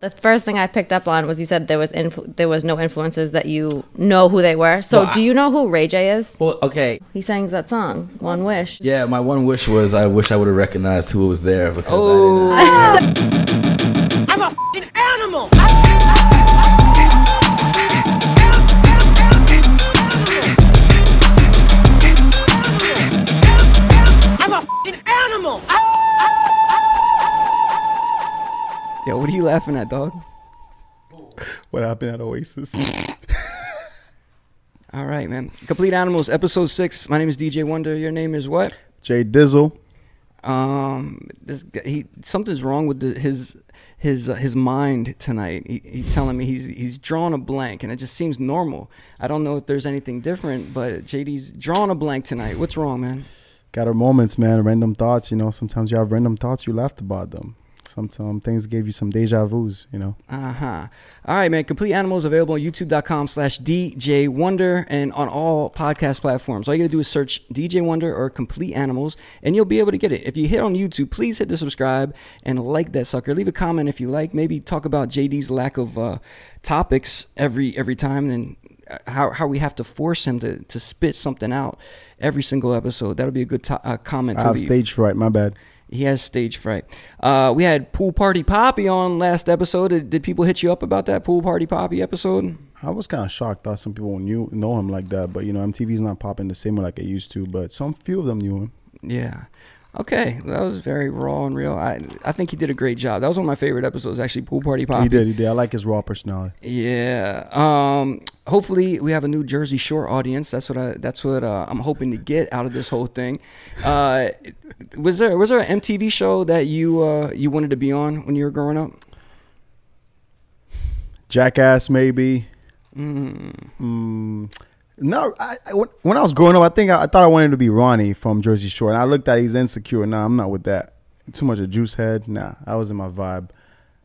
The first thing I picked up on was you said there was influ- there was no influencers that you know who they were. So Well, I- do you know who Ray J is? Well, okay. He sings that song, One Wish. Yeah, my one wish was I wish I would have recognized who was there because Oh, I didn't. I'm a fucking animal. I'm a fucking animal. Yo, what are you laughing at, dog? What happened at Oasis? All right, man. Complete Animals, episode six. My name is DJ Wonder. Your name is what? Jay Dizzle. Um, this guy, he something's wrong with the, his his uh, his mind tonight. He, he's telling me he's he's drawn a blank, and it just seems normal. I don't know if there's anything different, but JD's drawn a blank tonight. What's wrong, man? Got our moments, man. Random thoughts, you know. Sometimes you have random thoughts, you laughed about them. Sometimes things gave you some deja vu's, you know. Uh huh. All right, man. Complete Animals available on youtube.com slash DJ Wonder and on all podcast platforms. All you gotta do is search DJ Wonder or Complete Animals and you'll be able to get it. If you hit on YouTube, please hit the subscribe and like that sucker. Leave a comment if you like. Maybe talk about JD's lack of uh, topics every every time and uh, how, how we have to force him to, to spit something out every single episode. That'll be a good to- uh, comment I to have leave. stage fright, my bad. He has stage fright. Uh, we had Pool Party Poppy on last episode. Did, did people hit you up about that Pool Party Poppy episode? I was kind of shocked. Thought some people knew know him like that, but you know, MTV's not popping the same way like it used to. But some few of them knew him. Yeah. Okay, that was very raw and real. I I think he did a great job. That was one of my favorite episodes, actually. Pool Party Poppy. He did, he did. I like his raw personality. Yeah. Um. Hopefully, we have a new Jersey Shore audience. That's what I. That's what uh, I'm hoping to get out of this whole thing. Uh, was there was there an MTV show that you uh you wanted to be on when you were growing up? Jackass, maybe. Mm. No, I, I- when, when I was growing up, I think I, I thought I wanted to be Ronnie from Jersey Shore, and I looked at it, he's insecure. Nah, I'm not with that. Too much of juice head. Nah, I was in my vibe.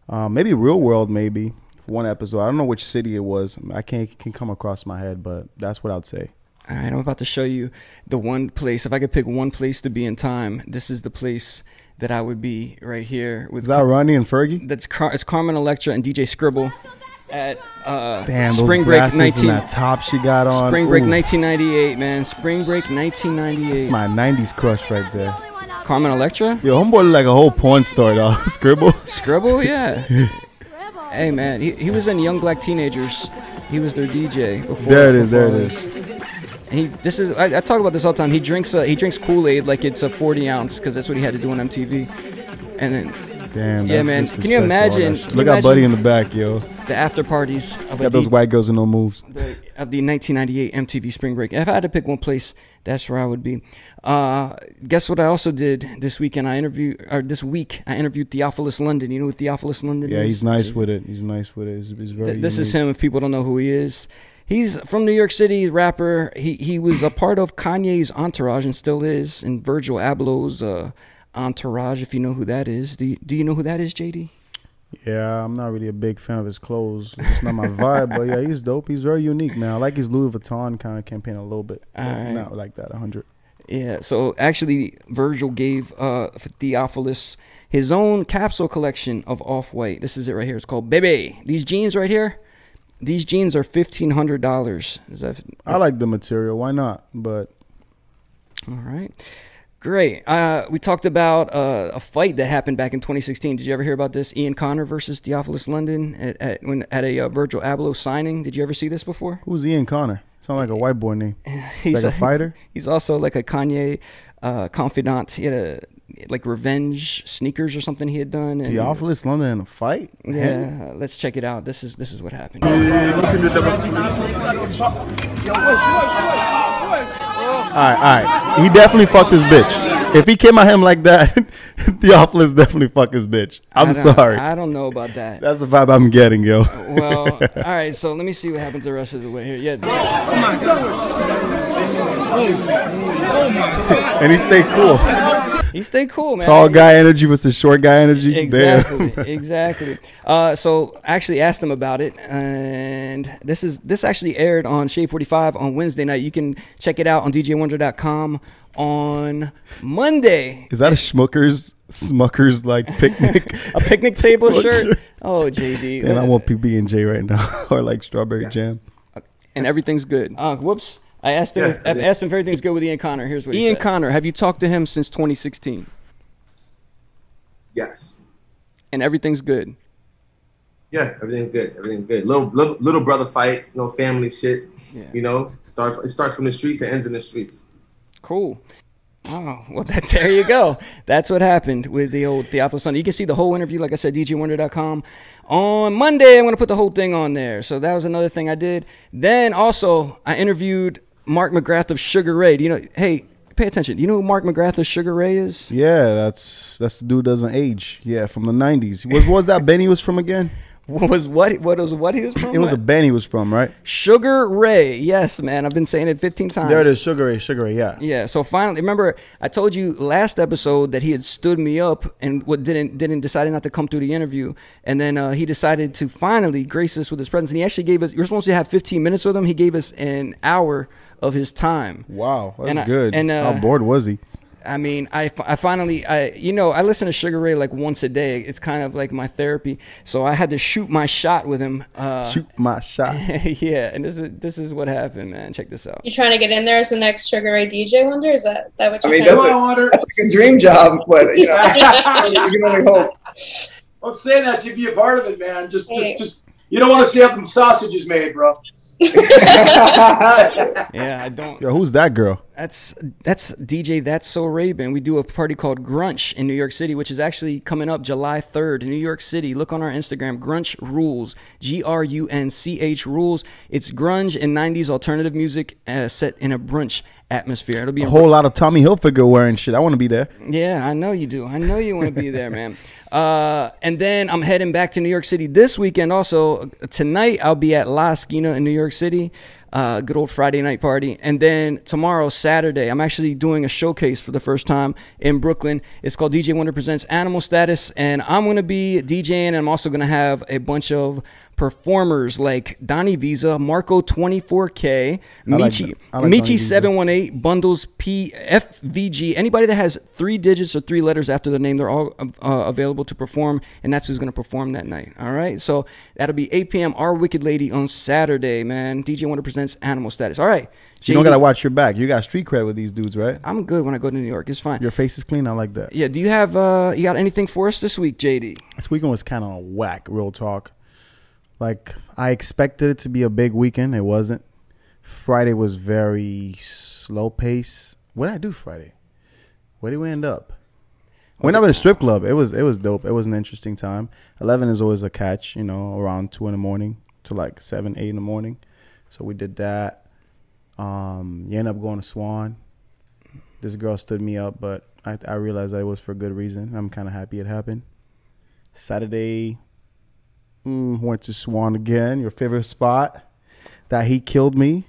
Um, maybe Real World, maybe one episode. I don't know which city it was. I can't can come across my head, but that's what I'd say. All right, I'm about to show you the one place. If I could pick one place to be in time, this is the place that I would be right here with. Is that Ronnie and Fergie? that's Car- it's Carmen Electra and DJ Scribble at uh, Damn, those Spring Break glasses 19 and that top she got on. Spring Break Ooh, 1998, man. Spring Break That's 1998. my '90s crush right there. Carmen Electra, Yo, homeboy look like a whole porn star, though. Scribble. Scribble, yeah. hey, man, he, he was in Young Black Teenagers. He was their DJ before. There it is. There before it all is. this. And he this is I, I talk about this all the time. He drinks uh, he drinks Kool Aid like it's a 40 ounce because that's what he had to do on MTV. And then Damn. Yeah, that's man. disrespectful, Can you all that imagine- shit. can you Look at imagine- Buddy in the back, yo. the after parties of a Got those D- white girls with no moves. the- of the 1998 MTV Spring Break. If I had to pick one place, that's where I would be. Uh, guess what? I also did this weekend. I interviewed or this week I interviewed Theophilus London. You know who Theophilus London is? Yeah, he's nice Jeez. with it. He's nice with it. He's, he's very. Th- this is unique. him. If people don't know who he is, he's from New York City, rapper. He he was a part of Kanye's entourage and still is, and Virgil Abloh's uh, entourage. If you know who that is, do you, do you know who that is, JD? Yeah, I'm not really a big fan of his clothes. It's not my vibe, but yeah, he's dope. He's very unique, man. I like his Louis Vuitton kind of campaign a little bit. but Alright. Not like that, 100. Yeah. So actually, Virgil gave uh, Theophilus his own capsule collection of off white. This is it right here. It's called Bebe. These jeans right here. These jeans are fifteen hundred dollars. Is that I like the material. Why not? But all right? Great. Uh, we talked about uh, a fight that happened back in 2016. Did you ever hear about this? Ian Connor versus Theophilus London at, at when at a uh, Virgil Abloh signing. Did you ever see this before? who's Ian Connor? Sound like a white boy name. He's Like a fighter? He's also like a Kanye uh, confidant. He had a like revenge sneakers or something he had done. And, Theophilus London in a fight? Him? Yeah, let's check it out. This is this is what happened. All right, all right. He definitely fucked his bitch. If he came at him like that, Theophilus definitely fucked his bitch. I'm I don't- sorry. I don't know about that. That's the vibe I'm getting, yo. well, all right. So let me see what happened the rest of the way here. Yeah, and he stayed cool. He stay cool, man. Tall guy energy versus short guy energy. Exactly, Damn. exactly. Uh, so I actually asked them about it, and this is this actually aired on Shade Forty Five on Wednesday night. You can check it out on DJWonder.com on Monday. Is that a Schmuckers Smuckers like picnic? A picnic table What shirt. shirt? Oh, JD. and I want PB and J right now, or like strawberry jam. and everything's good. Uh, whoops. I asked him. if, I asked him if everything's good with Ian Connor. Here's what Ian Connor. Have you talked to him since 2016? Yes. And everything's good. Yeah, everything's good. Everything's good. Little little, little brother fight, you know, family shit. Yeah. You know, start it starts from the streets and ends in the streets. Cool. Oh, well, that, there you go. That's what happened with the old Theophilus Sunday. You can see the whole interview, like I said, djwonder.com. On Monday, I'm going to put the whole thing on there. So that was another thing I did. Then also, I interviewed Mark McGrath of Sugar Ray. Do you know, hey, pay attention. Do you know who Mark McGrath of Sugar Ray is? Yeah, that's that's the dude doesn't age. Yeah, from the '90s. What, what was that band he was from again? What was what? What was what he was from? It was a band he was from, right? Sugar Ray. Yes, man. I've been saying it 15 times. There it is, Sugar Ray. Sugar Ray. Yeah. Yeah. So finally, remember I told you last episode that he had stood me up and what didn't didn't decided not to come through the interview, and then uh, he decided to finally grace us with his presence. And he actually gave us. You're supposed to have 15 minutes with him. He gave us an hour of his time. Wow, that's And I- good. and, uh, how bored was he? I mean, I, fi- I finally, I you know, I listen to Sugar Ray like once a day. It's kind of like my therapy. So I had to shoot my shot with him. Uh, Shoot my shot. yeah, and this is this is what happened, man. Check this out. You trying to get in there as the next Sugar Ray DJ Wonder? Is that that what I you're mean, trying that's to do? a, that's like a dream job, but you know, you can only hope. Don't say that. You'd be a part of it, man. Just, Hey. just, just. You don't want to see how the sausage is made, bro. Yeah, I don't. Yo, who's that girl? That's that's DJ. That's so Raven. We do a party called Grunch in New York City, which is actually coming up July third in New York City. Look on our Instagram, Grunch Rules, G R U N C H Rules. It's grunge and '90s alternative music uh, set in a brunch atmosphere. It'll be A whole lot of Tommy Hilfiger wearing shit. I want to be there. yeah, I know you do. I know you want to be there, man. Uh, and then I'm heading back to New York City this weekend. Also tonight, I'll be at La Esquina in New York City. Uh, good old Friday night party. And then tomorrow, Saturday, I'm actually doing a showcase for the first time in Brooklyn. It's called DJ Wonder Presents Animal Status, and I'm gonna be DJing, and I'm also gonna have a bunch of performers like Donnie Visa, Marco 24K, like Michi, that. I like Donny Michi Visa. 7 718 bundles PFVG. Anybody that has three digits or three letters after their name, they're all uh, available to perform, and that's who's going to perform that night. All right, so that'll be 8 p.m. Our Wicked Lady on Saturday, man. DJ Wonder presents Animal Status. All right, You don't JD, gotta watch your back. You got street cred with these dudes, right? I'm good when I go to New York. It's fine. Your face is clean. I like that. yeah. Do you have uh, you got anything for us this week, JD? This weekend was kind of whack. Real talk. Like I expected it to be a big weekend. It wasn't. Friday was very slow pace. What did I do Friday? Where did we end up? Went up at a strip club. It was it was dope. It was an interesting time. Eleven is always a catch, you know, around two in the morning to like seven, eight in the morning. So we did that. Um, you end up going to Swan. This girl stood me up, but I, I realized that it was for good reason. I'm kind of happy it happened. Saturday, mm, went to Swan again, your favorite spot. That he killed me,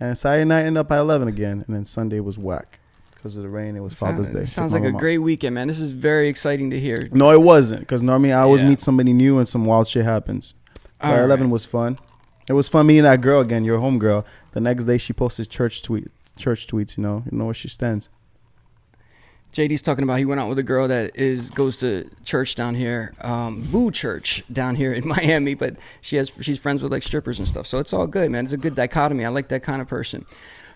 and Saturday night ended up at eleven again, and then Sunday was whack because of the rain. It was Father's Day. Took sounds my like a mom out. great weekend, man. This is very exciting to hear. No, it wasn't. Because normally I always Yeah. meet somebody new and some wild shit happens. But All 11 was fun. It was fun meeting that girl again, your homegirl. The next day she posted church tweet, church tweets. You know, you know where she stands. JD's talking about he went out with a girl that is goes to church down here, um, Voo Church down here in Miami, but she has she's friends with like strippers and stuff. So it's all good, man. It's a good dichotomy. I like that kind of person.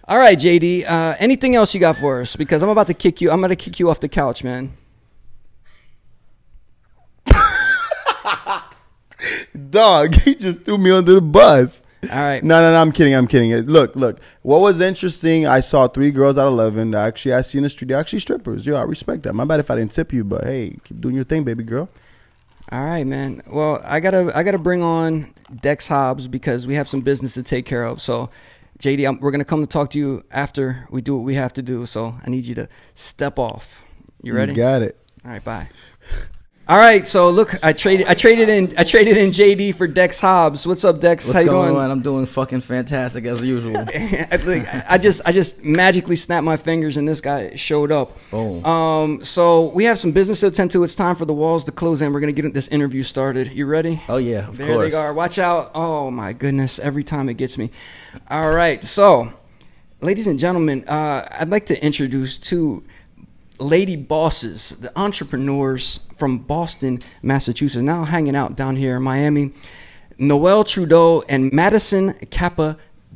All right, JD. Uh, anything else you got for us? Because I'm about to kick you. I'm gonna kick you off the couch, man. Dog, he just threw me under the bus. All right. No, no, no. I'm kidding. I'm kidding. It- Look, look. What was interesting? I saw three girls out of eleven. that Actually, I see in the street. They're actually strippers. Yo, I respect that. My bad if I didn't tip you, but hey, keep doing your thing, baby girl. All right, man. Well, I gotta I gotta bring on Dex Hobbs because we have some business to take care of. So, JD, I'm, we're gonna come to talk to you after we do what we have to do. So I need you to step off. You ready? You got it. All right. Bye. All right, so look, I traded, I traded in, I traded in JD for Dex Hobbs. What's up, Dex? What's How you going doing? on? I'm doing fucking fantastic as usual. I, like, I just I just magically snapped my fingers and this guy showed up. Boom. Um, so we have some business to attend to. It's time for the walls to close in. We're gonna get this interview started. You ready? Oh, yeah, of there course. they are. Watch out! Oh my goodness! Every time it gets me. All right, so ladies and gentlemen, uh, I'd like to introduce two lady bosses, the entrepreneurs from Boston, Massachusetts, now hanging out down here in Miami. Noelle Trudeau and Madison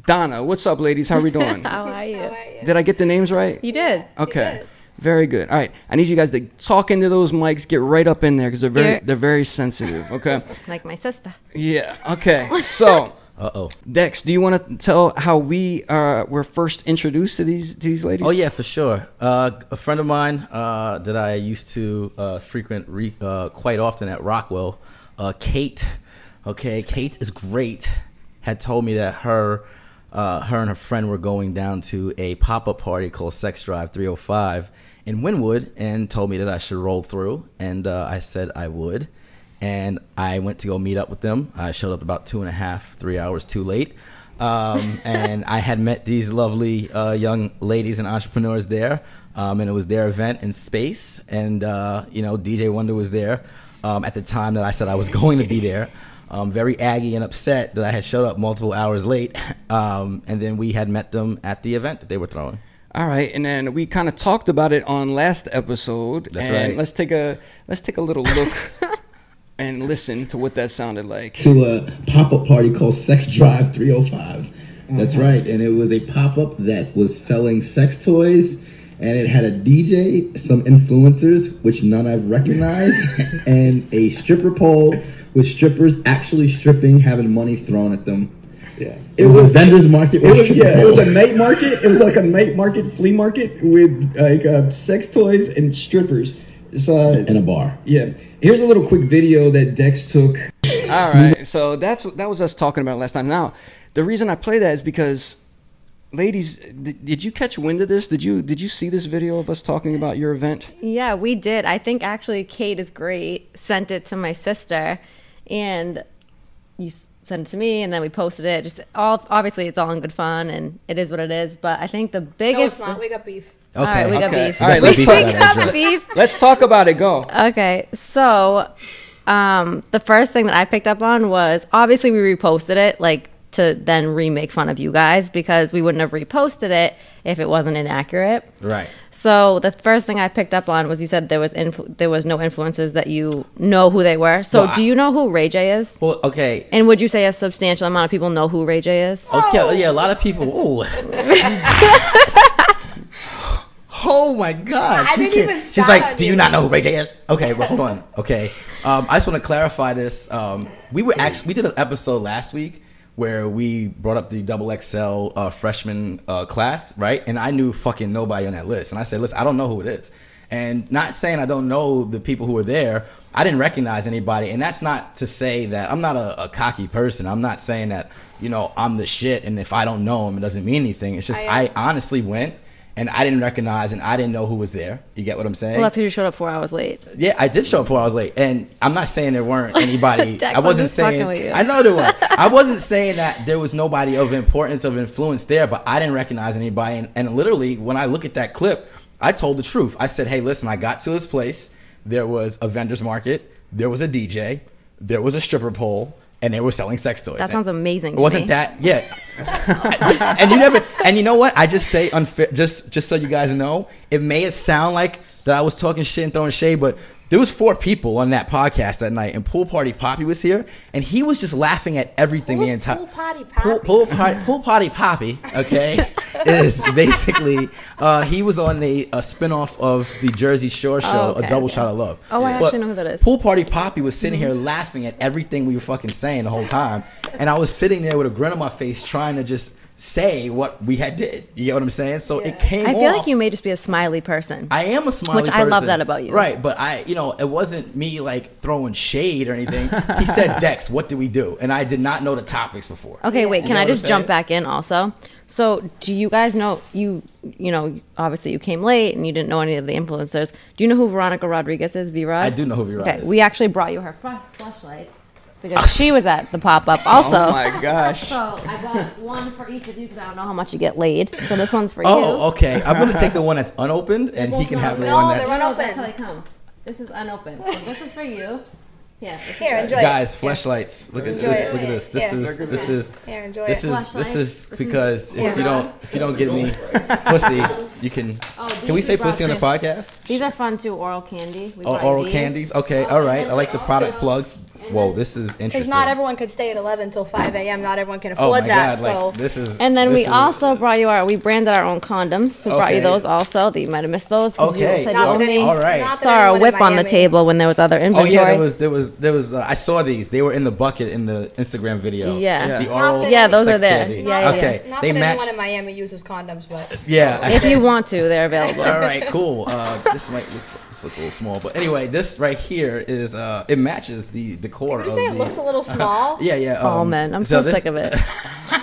Capadonna. What's up, ladies? How are we doing? How are you? Did I get the names right? You did. Okay. Very good. All right. I need you guys to talk into those mics. Get right up in there because they're very Yeah. they're very sensitive. Okay. Like my sister. yeah. Okay. So, Uh oh. Dex, do you want to tell how we uh, were first introduced to these to these ladies? Oh yeah, for sure. Uh, a friend of mine uh, that I used to uh, frequent re- uh, quite often at Rockwell, uh, Kate. Okay, Kate is great. Had told me that her, uh, her and her friend were going down to a pop up party called Sex Drive 305 in Wynwood, and told me that I should roll through, and uh, I said I would. And I went to go meet up with them. I showed up about two and a half, three hours too late um, and I had met these lovely uh, young ladies and entrepreneurs there, um, and it was their event in space, and uh, you know DJ Wonder was there um, at the time that I said I was going to be there. Um, very aggy and upset that I had showed up multiple hours late, um, and then we had met them at the event that they were throwing. All right. And then we kind of talked about it on last episode. That's and right. Let's take a let's take a little look and listen to what that sounded like. to a pop-up party called Sex Drive 305. That's Mm-hmm. right, and it was a pop-up that was selling sex toys, and it had a DJ, some influencers, which none I've recognized, and a stripper pole with strippers actually stripping, having money thrown at them. Yeah. It, was, a vendors market. It with was, stripper yeah, it was a poles. night market. It was like a night market, flea market with like uh, sex toys and strippers. uh, So in a bar. yeah, here's a little quick video that Dex took. All right. So that's that was us talking about it last time. Now, the reason I play that is because, ladies, did, did you catch wind of this? Did you did you see this video of us talking about your event? Yeah, we did. I think actually Kate is great. Sent it to my sister, and you s- sent it to me, and then we posted it. Just all obviously it's all in good fun, and it is what it is. But I think the biggest. We got beef. All Okay, right, we got Okay. beef. All right, we let's talk- got beef. Let's talk about it. Go. Okay, so um, the first thing that I picked up on was obviously we reposted it like to then remake fun of you guys because we wouldn't have reposted it if it wasn't inaccurate. Right. So the first thing I picked up on was you said there was influ- there was no influencers that you know who they were. So Well, I- do you know who Ray J is? Well, okay. And would you say a substantial amount of people know who Ray J is? Okay, yeah, a lot of people. Ooh. oh my God! I she didn't can't- even she's stop like, "Do you you." not know who Ray J is?" Okay, well, hold on. Okay, um, I just want to clarify this. Um, we were actually we did an episode last week where we brought up the double XL uh, freshman uh, class, right? And I knew fucking nobody on that list, and I said, "Listen, I don't know who it is." And not saying I don't know the people who were there, I didn't recognize anybody, and that's not to say that I'm not a, a cocky person. I'm not saying that you know I'm the shit, and if I don't know him, it doesn't mean anything. It's just I, honestly went and I didn't recognize and I didn't know who was there. You get what I'm saying? Well, that's because you showed up four hours late. Yeah, I did show up four hours late, and I'm not saying there weren't anybody. Dex, I I'm wasn't just fucking saying with you. I know there were. I wasn't saying that there was nobody of importance of influence there, but I didn't recognize anybody. And, and literally, when I look at that clip, I told the truth. I said, "Hey, listen, I got to this place. There was a vendors market. There was a DJ. There was a stripper pole." And they were selling sex toys. That sounds amazing to wasn't me. that? Yeah, and you never and you know what i just say unfair just just so you guys know it may sound like that i was talking shit and throwing shade but there was four people on that podcast that night and pool party poppy was here and he was just laughing at everything the Who's entire Pool Potty Pool, Poppy? pool, potty, pool potty poppy, okay, is basically uh, he was on a, a spinoff of the Jersey Shore Oh, show, okay, a double okay. shot of love. Oh, I But actually know who that is. Mm-hmm. Pool party poppy was sitting here laughing at everything we were fucking saying the whole time, and I was sitting there with a grin on my face trying to just say what we had did. You get what I'm saying? So it came. I feel off- like you may just be a smiley person. I am a smiley Which I love person. that about you. Right, but I, you know, it wasn't me like throwing shade or anything. He said, Dex, what do we do? And I did not know the topics before. Okay, wait. You Can know I what I'm just jump saying? back in also? So, do you guys know you? You know, obviously you came late and you didn't know any of the influencers. Do you know who Veronica Rodriguez is? V Rod. I do know who V-Rod Okay, is. we actually brought you her fl- flashlights because she was at the pop up also. Oh my gosh. So I bought one for each of you because I don't know how much you get laid. So this one's for you. Oh, okay. I'm gonna take the one that's unopened, and he can have the one that's. That's how they come. This is unopened. So this is for you. Yeah. this is Here, yours. enjoy Guys, flashlights. Look at Enjoy this. it. Look at this. This Yeah. is this is Here, enjoy this it. is this is Flashlight. because Yeah. if you don't if you don't give me pussy, you can. Oh, Can we these say brought pussy on the in. podcast? These are fun too. Oral candy. We Oh, brought oral these. candies. Okay, all right. I like the product plugs. Whoa, this is Oh, Because interesting. not everyone could stay at 11 till 5 a.m. Not everyone can Oh afford my that. god! so Like this is. And then this we is- also brought you our, we branded our own condoms. We brought you Okay. those also. That you might have missed those. 'cause you Okay, said Not you that only any- all right. not that Saw our anyone in whip on the Miami- table when there was other Oh inventory. yeah, there was there was there was. Uh, I saw these. They were in the bucket in the Instagram video. Yeah. Yeah. The Not oral that Yeah, those sex are there. candy. Yeah, yeah, yeah. okay, not they that match. Oh, anyone in Miami uses condoms, but Yeah. if you want to, they're available. All right, cool. Uh, this might looks, this looks a little small, but anyway, this right here is uh, it matches the decor. Would of you say it the- looks a little small? yeah, yeah. Oh, um, man, I'm so this- sick of it.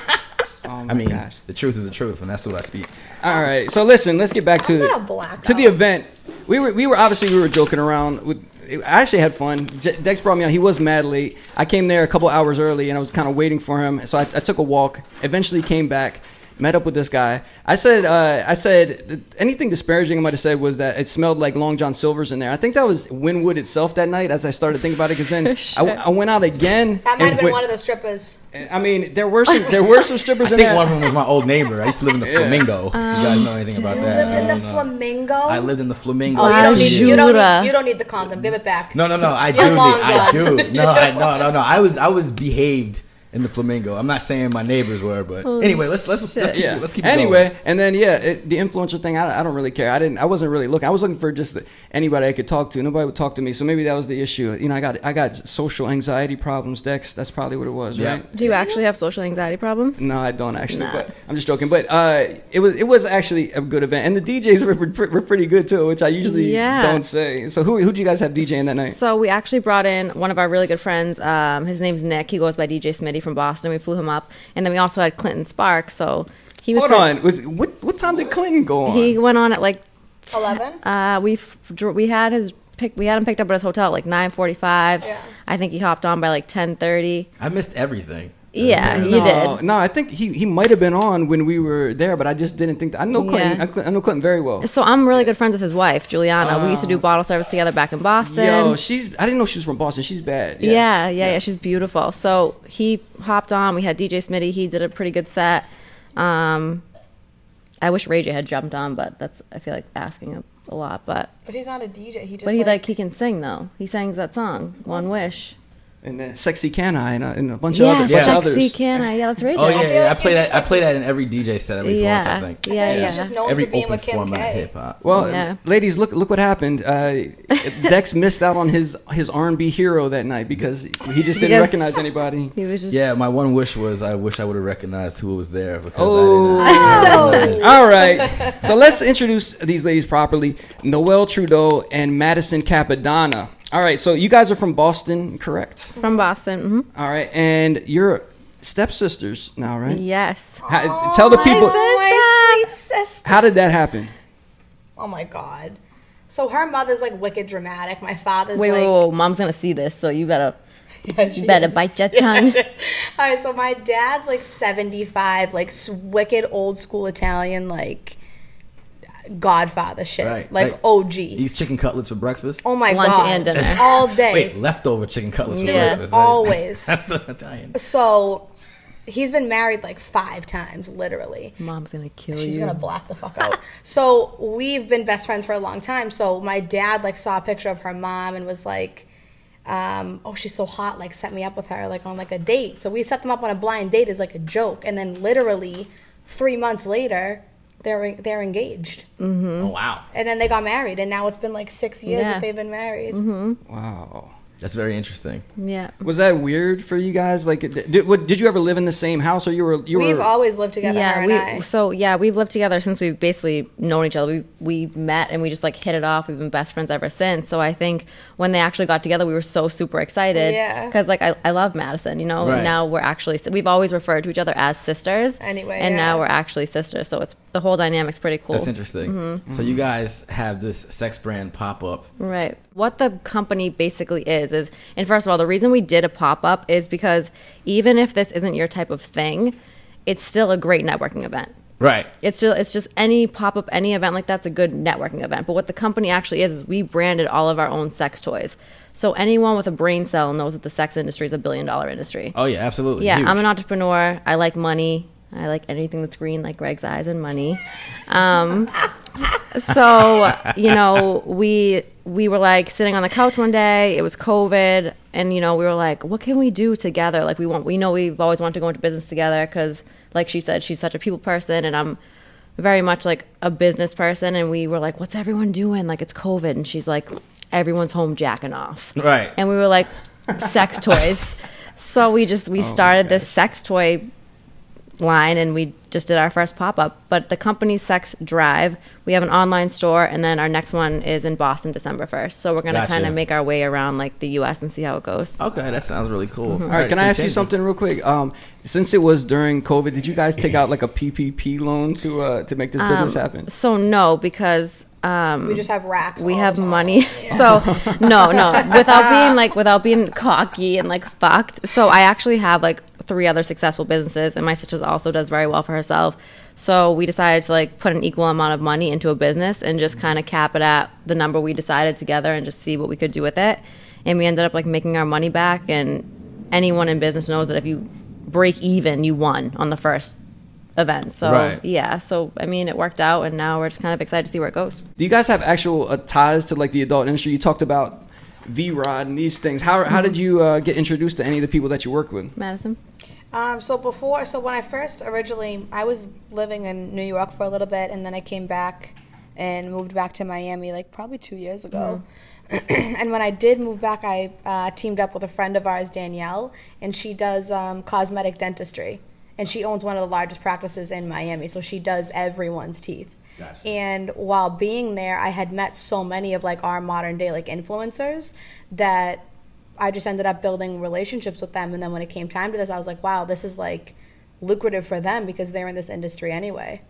I Oh mean, the truth is the truth, and that's what I speak. All right, so listen, let's get back to not a blackout. to the event. We were we were obviously we were joking around. With, I actually had fun. Je- Dex brought me on. He was mad late. I came there a couple hours early, and I was kind of waiting for him. So I, I took a walk. Eventually came back. Met up with this guy. I said, uh, I said th- anything disparaging I might have said was that it smelled like Long John Silver's in there. I think that was Winwood itself that night. As I started thinking about it, because then I, I went out again. Oh, that might have been and one of the strippers. Uh, went- I mean, there were some there were some I strippers in think there. one of them was my old neighbor. I used to live in the Flamingo. if you guys know anything about You that? lived in I the don't know. flamingo. I lived in the Flamingo. Oh, you for don't, two need, years. you, don't need, you don't need the condom. Give it back. No, no, no. I do. You're Need, long I do. gone. No, I, no, no, no. I was, I was behaved in the flamingo. I'm not saying my neighbors were, but Holy anyway, let's let's let's keep, yeah. it- let's keep it anyway, and then yeah, it, the influencer thing. I, I don't really care. I didn't. I wasn't really looking. I was looking for just anybody I could talk to. Nobody would talk to me, so maybe that was the issue. You know, I got I got social anxiety problems. Dex, that's probably what it was, Yeah. right? Do you actually have social anxiety problems? No, I don't actually. Nah. But I'm just joking. But uh, it was it was actually a good event, and the DJs were, were, were pretty good too, which I usually Yeah. don't say. So who who do you guys have DJing that night? So we actually brought in one of our really good friends. Um, his name's Nick. He goes by DJ Smitty from Boston. We flew him up, and then we also had Clinton Sparks. So he was. Hold pre- on. Was, what what time did Clinton go on? He went on at like eleven. Uh, we f- dr- we had his pick. We had him picked up at his hotel at like nine forty five. I think he hopped on by like ten thirty. going. I missed everything. Yeah, you no, did. Oh, No, I think he, he might have been on when we were there, but I just didn't think. I know Clinton. Yeah. I cl- I know Clinton very well. So I'm really good friends with his wife, Juliana. we used to do Oh. bottle service together back in Boston. Yo, she's. I didn't know she was from Boston. She's bad. yeah. Yeah, yeah, She's beautiful. So he hopped on. We had DJ Smitty. He did a pretty good set. Um, I wish Ray J had jumped on, but that's I feel like asking a, a lot. But But he's not a DJ. He just but he like, like, he can sing though. He sings that song, One Wish. And then Sexy Can I and a, and a bunch yeah, of other, bunch of sexy others. can I? Yeah, that's Ray J. Oh yeah, yeah. I play that. I play that in every DJ set at least Yeah. once. I think. Yeah, yeah. He's just known every for being open with Kim format K. hip hop. Well, Yeah. ladies, look look what happened. Uh, Dex missed out on his his R and B hero that night because he just didn't Because- recognize anybody. He was just yeah, my one wish was I wish I would have recognized who was there because Oh. I didn't. Oh, all right. So let's introduce these ladies properly: Noelle Trudeau and Madison Capadonna. All right. So you guys are from Boston, correct? from Boston. hmm Um, All right, and you're stepsisters now, right? Yes. How, tell Oh, the people my sweet sister. how did that happen? Oh my god. So her mother's like wicked dramatic. My father's Wait, like. wait, wait, Mom's gonna see this, so you better she you better is. bite your tongue. All right, so my dad's like 75, like s- wicked old school Italian, like godfather shit. Right, like, like- OG. Eats chicken cutlets for breakfast. Oh my Lunch god. and dinner. All day. Wait, leftover chicken cutlets for Yeah. breakfast. Always. That's the Italian. So he's been married like five times, literally. Mom's gonna kill you. She's gonna black the fuck out. so we've been best friends for a long time. So my dad like saw a picture of her mom and was like, um, "Oh, she's so hot!" Like set me up with her like on like a date. So we set them up on a blind date as like a joke, and then literally three months later, they're they're engaged, Oh wow. Mm-hmm. and then they got married, and now it's been like six years Yeah. that they've been married. hmm Wow. That's very interesting. Yeah. Oh. Was that weird for you guys? Like, it- did, what, did you ever live in the same house, or you were you We've were? always lived together. her Yeah, and we I. so yeah, we've lived together since we've basically known each other. We we met and we just like hit it off. We've been best friends ever since. So I think when they actually got together, we were so super excited. Yeah. because like I, I love Madison, you know. Right. And now we're actually we've always referred to each other as sisters. Anyway, and now yeah. we're actually sisters. So it's the whole dynamic's pretty cool. That's interesting. Mhm. So you guys have this sex brand pop up. Right. What the company basically is is, and first of all, the reason we did a pop up is because even if this isn't your type of thing, it's still a great networking event. Right. It's just it's just any pop up, any event like that's a good networking event. But what the company actually is is we branded all of our own sex toys. So anyone with a brain cell knows that the sex industry is a billion dollar industry. Oh yeah, absolutely. Yeah, Huge. I'm an entrepreneur. I like money. I like anything that's green, like Greg's eyes and money. Um, so you know, we we were like sitting on the couch one day. It was COVID, and you know, we were like, what can we do together? Like we want, we know we've always wanted to go into business together because, like she said, she's such a people person, and I'm very much like a business person. And we were like, what's everyone doing? Like it's COVID, and she's like, everyone's home jacking off Right. and we were like sex toys so we just we Oh my started this sex toy line and we just did our first pop-up but the company's sex drive we have an online store and then our next one is in boston december 1st so we're going to Gotcha. kind of make our way around like the us and see how it goes okay that sounds really cool Mm-hmm. All right, can I ask you something real quick? Um, since it was during COVID, did you guys take out like a PPP loan to uh, to make this business Um, happen? So no, because um, We just have racks We have money. so no, no. Without being like without being cocky and like fucked. So I actually have like three other successful businesses, and my sister also does very well for herself. So we decided to like put an equal amount of money into a business and just kind of cap it at the number we decided together and just see what we could do with it. And we ended up like making our money back. And anyone in business knows that if you break even, you won on the first event. So Right. yeah, so I mean, it worked out, and now we're just kind of excited to see where it goes. Do you guys have actual uh, ties to like the adult industry? You talked about V Rod and these things. How how Mm-hmm. did you uh, get introduced to any of the people that you work with? Madison, Um, so before, so when I first originally, I was living in New York for a little bit, and then I came back and moved back to Miami, like probably two years ago. and when I did move back, I uh, teamed up with a friend of ours, Danielle, and she does um, cosmetic dentistry, and she owns one of the largest practices in Miami, so she does everyone's teeth. And while being there, I had met so many of like our modern day like influencers that I just ended up building relationships with them. And then when it came time to this, I was like, wow, this is like lucrative for them because they're in this industry anyway.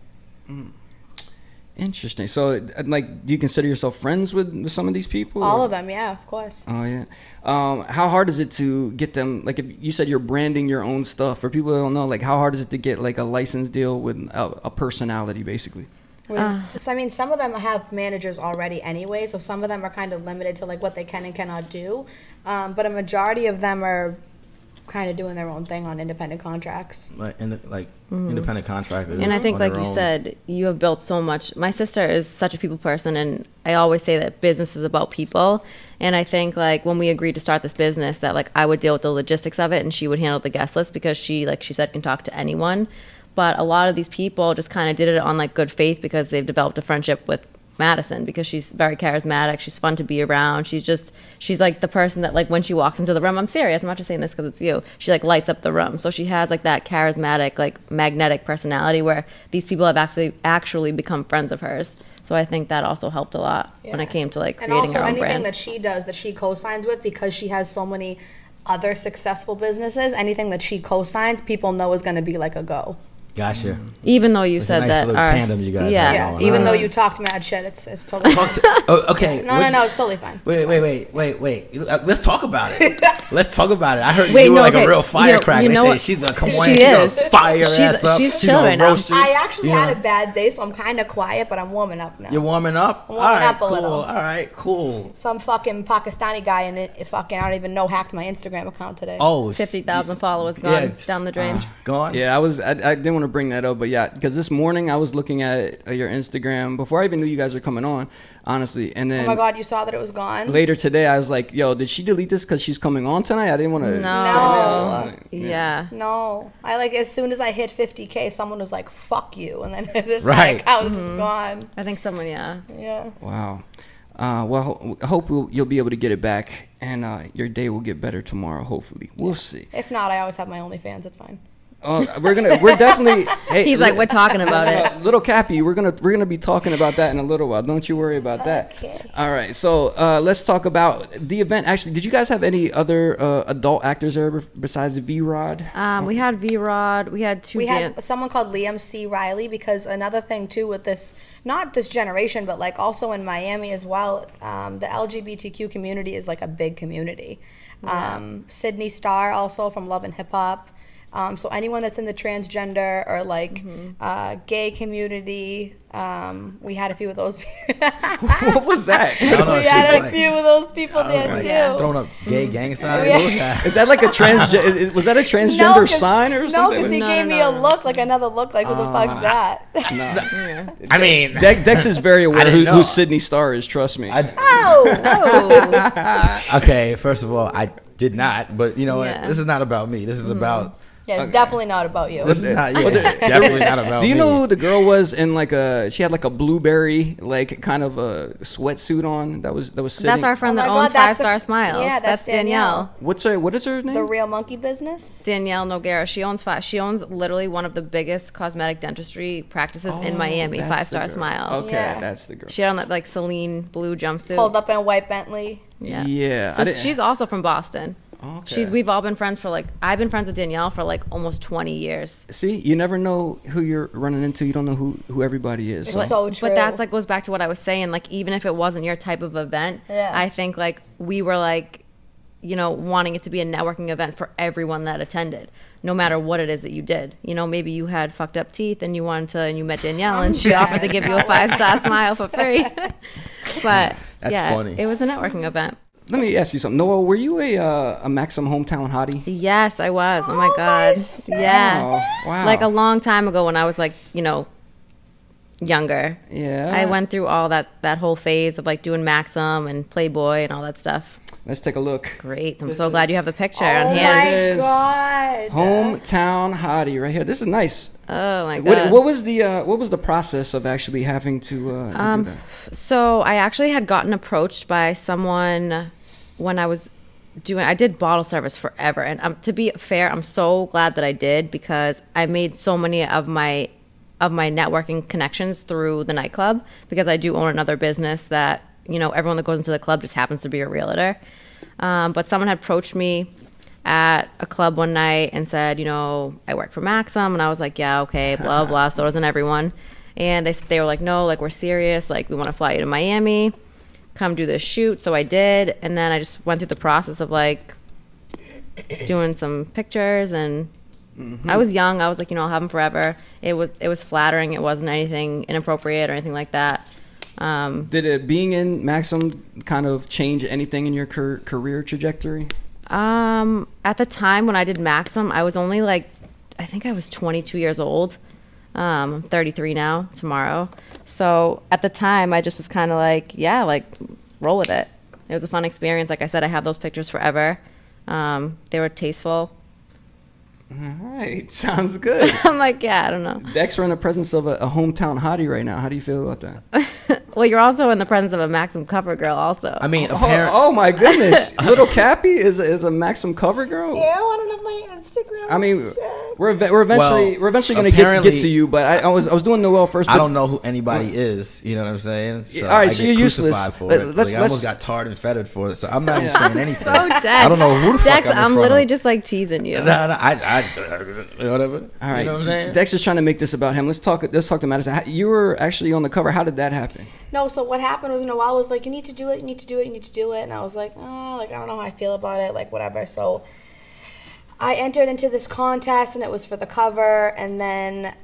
Interesting. So uh, like, do you consider yourself friends with some of these people? All or- of them, yeah, of course. Uh. Oh yeah. Um, how hard is it to get them? Like if you said, you're branding your own stuff. For people that don't know, like how hard is it to get like a license deal with a, a personality, basically? We- so, I mean, some of them have managers already anyway, so some of them are kind of limited to like what they can and cannot do. Um, but a majority of them are kind of doing their own thing on independent contracts. Like, in, like Mhm. independent contractors. and I think, on their like you own. said, you have built so much. My sister is such a people person, and I always say that business is about people. And I think, like, when we agreed to start this business, that like I would deal with the logistics of it, and she would handle the guest list because she, like she said, can talk to anyone. But a lot of these people just kind of did it on like good faith because they've developed a friendship with Madison because she's very charismatic. She's fun to be around. She's just she's like the person that like when she walks into the room. I'm serious. I'm not just saying this because it's you. She like lights up the room. So she has like that charismatic, like magnetic personality where these people have actually actually become friends of hers. So I think that also helped a lot when it came to like and creating also her own anything brand. that she does that she co-signs with because she has so many other successful businesses anything that she co-signs people know is going to be like a go Gotcha. even though you It's like said a nice that little our- tandem you guys yeah, have going on. even though Alright. you talked mad shit it's it's totally fine. Oh, okay. no no What'd no you- it's totally fine Wait, wait, wait, wait, wait. Uh, Let's talk about it. Let's talk about it. I heard Wait, you were no, like okay. a real firecracker. You know- you know They say what? she's gonna come She on. She's gonna is. fire your She's- ass up. she's gonna chill right now. roast you. i actually You had know. a bad day so i'm kind of quiet but i'm warming up now You're warming up. I'm All warming right, up a cool. little. All right, cool. some fucking pakistani guy and it, it fucking i don't even know hacked my instagram account today Oh, s- 50,000 followers gone Yeah, down the drain. gone. Yeah, I was. I, I didn't want to bring that up, but yeah, because this morning I was looking at uh, your Instagram before I even knew you guys were coming on, honestly. And then oh my god you saw that it was gone later today, I was like, "Yo, did she delete this because she's coming on tonight?" I didn't want to. No. Yeah. No. I like as soon as I hit 50k, someone was like, "Fuck you," and then this Right. right. account was Mm-hmm. just Mhm. gone. I think someone, yeah, yeah. Wow. Uh, well, ho- I hope we'll, you'll be able to get it back. and uh, your day will get better tomorrow. Hopefully, we'll see. If not, I always have my OnlyFans. It's fine. Uh, we're gonna, we're definitely. hey, He's like, we're talking about it. Uh, little Cappy, we're gonna we're gonna be talking about that in a little while. Don't you worry about that. All right, so uh, let's talk about the event. Actually, did you guys have any other uh, adult actors there bef- besides V Rod? Um, we had V Rod. We had two. we dan- had someone called Liam C. Riley because another thing too with this, not this generation, but like also in Miami as well, um, the LGBTQ community is like a big community. Um, Sydney Starr also from Love and Hip Hop. Um, so anyone that's in the transgender or like uh, gay community, um, we had a few of those. what was that? I don't know, we she's had a like- few of those people I there was like, too. Throwing up gay gang signs. Yeah. What was that? Is that like a transgender? was that a transgender No, 'cause- sign or No, something? because he gave me a look, like another look, like who the Ah. fuck's that? I mean, Dex, Dex is very aware didn't who, know. who Sydney Star is. Trust me. Oh, okay, first of all, I did not, but you know what? Yeah. This is not about me. This is Mm-hmm. about. Yeah, it's definitely not about you. This is not. Yeah, Well, it's the- definitely not about. Do you me. know who the girl was in like a? She had like a blueberry like kind of a sweatsuit on. That was that was. Sitting. That's our friend that owns Five Oh that's the- Star Smiles. yeah, that's that's, Danielle. What's her? What is her name? The real monkey business. Danielle Noguera. She owns five. She owns literally one of the biggest cosmetic dentistry practices in Oh, Miami. that's Five the Star girl. Smiles. Okay, that's the girl. She had on that like Celine blue jumpsuit. Pulled up in white Bentley. Yeah. Yeah, I So didn't- she's also from Boston. Okay. She's we've all been friends for like I've been friends with Danielle for like almost twenty years. See, you never know who you're running into. You don't know who who everybody is. It's so true. But that's like goes back to what I was saying. Like even if it wasn't your type of event, Yeah. I think like we were like, you know, wanting it to be a networking event for everyone that attended, no matter what it is that you did. You know, maybe you had fucked up teeth and you wanted to, and you met Danielle and she offered to give you a five star smile for free. but That's yeah, funny. it was a networking event. Let me ask you something. Noah, were you a uh, a Maxim hometown hottie? Yes, I was. Oh my god. Yeah. Wow. Wow. Like a long time ago when I was like, you know, younger. Yeah. I went through all that that whole phase of like doing Maxim and Playboy and all that stuff. Let's take a look. Great. I'm This so is- glad you have the picture Oh on my hand. God. Hometown hottie, right here. This is nice. Oh my god. What, what was the uh, what was the process of actually having to, uh, to do Um, that? so I actually had gotten approached by someone when I was doing. I did bottle service forever, and um, to be fair, I'm so glad that I did because I made so many of my of my networking connections through the nightclub because I do own another business that you know everyone that goes into the club just happens to be a realtor. Um, but someone had approached me at a club one night and said, you know, I work for Maxim, and I was like, yeah, okay, blah blah. So doesn't everyone? And they s- they were like, no, like we're serious, like we want to fly you to Miami, come do this shoot. So I did, and then I just went through the process of like doing some pictures and. I was young. I was like, you know, I'll have them forever. It was it was flattering. It wasn't anything inappropriate or anything like that. Um, Did it being in Maxim kind of change anything in your car- career trajectory? Um, at the time when I did Maxim, I was only like, I think I was 22 years old. Um, I'm 33 now tomorrow. So at the time, I just was kind of like, yeah, like roll with it. It was a fun experience. Like I said, I have those pictures forever. Um, they were tasteful. All right, sounds good. I'm like, yeah, I don't know. Dex, we're in the presence of a, a hometown hottie right now. How do you feel about that? Well, you're also in the presence of a Maxim cover girl, also. I mean, Oh, apparent. oh my goodness, little Cappy is a, is a Maxim cover girl. Ew, I don't have my Instagram. I mean, we're ev- we're eventually Well, we're eventually gonna get, get apparently- to you, but I, I was I was doing Noel first. I but- don't know who anybody is. You know what I'm saying? Yeah, all right, I so get you're useless. crucified For Let- it. let's- like, I almost let's- got tarred and feathered for it, so I'm not even Yeah. saying anything. so dead. I don't know who the fuck Oh, Dex, I'm in I'm front literally of. just like teasing you. No, no, I, I, whatever. All right, you know what I'm saying? Dex is trying to make this about him. Let's talk. Let's talk to Madison. How- You were actually on the cover. How did that happen? No, so what happened was Noel was like, "You need to do it. You need to do it. You need to do it." And I was like, "Oh, like I don't know how I feel about it. Like whatever." So I entered into this contest, and it was for the cover, and then.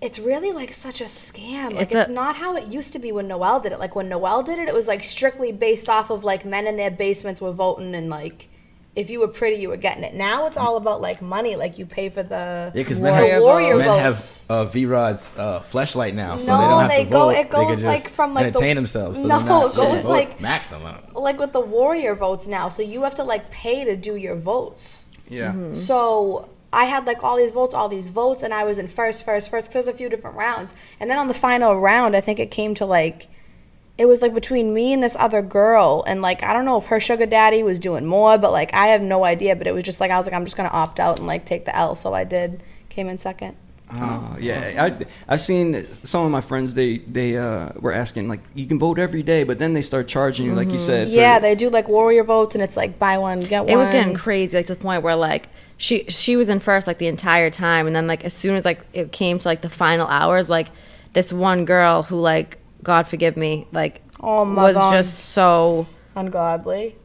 It's really like such a scam. Like It's it's, a- not how it used to be when Noel did it. Like when Noel did it, it was like strictly based off of like men in their basements were voting and like if you were pretty, you were getting it. Now it's all about like money. Like you pay for the Mm. Yeah, because the men have, warrior men votes. have uh, V Rod's uh, fleshlight now, so No, they don't have they to go- vote. it They goes can just like from, like, the- entertain themselves. So No, they're not it supposed to goes vote like- maximum. like with the warrior votes now so you have to like pay to do your votes Yeah. Mm-hmm. Mm-hmm. so i had like all these votes all these votes and i was in first first first because there's a few different rounds and then on the final round i think it came to like it was like between me and this other girl and like i don't know if her sugar daddy was doing more but like i have no idea but it was just like i was like i'm just gonna opt out and like take the l so i did came in second Oh yeah, I, I've seen some of my friends. They they uh, were asking like, you can vote every day, but then they start charging you, like you said. for- yeah they do like warrior votes and it's like buy one get one It was getting crazy, like to the point where like she she was in first like the entire time, and then like as soon as like it came to like the final hours, like this one girl who like God forgive me, like Oh my was God. just so ungodly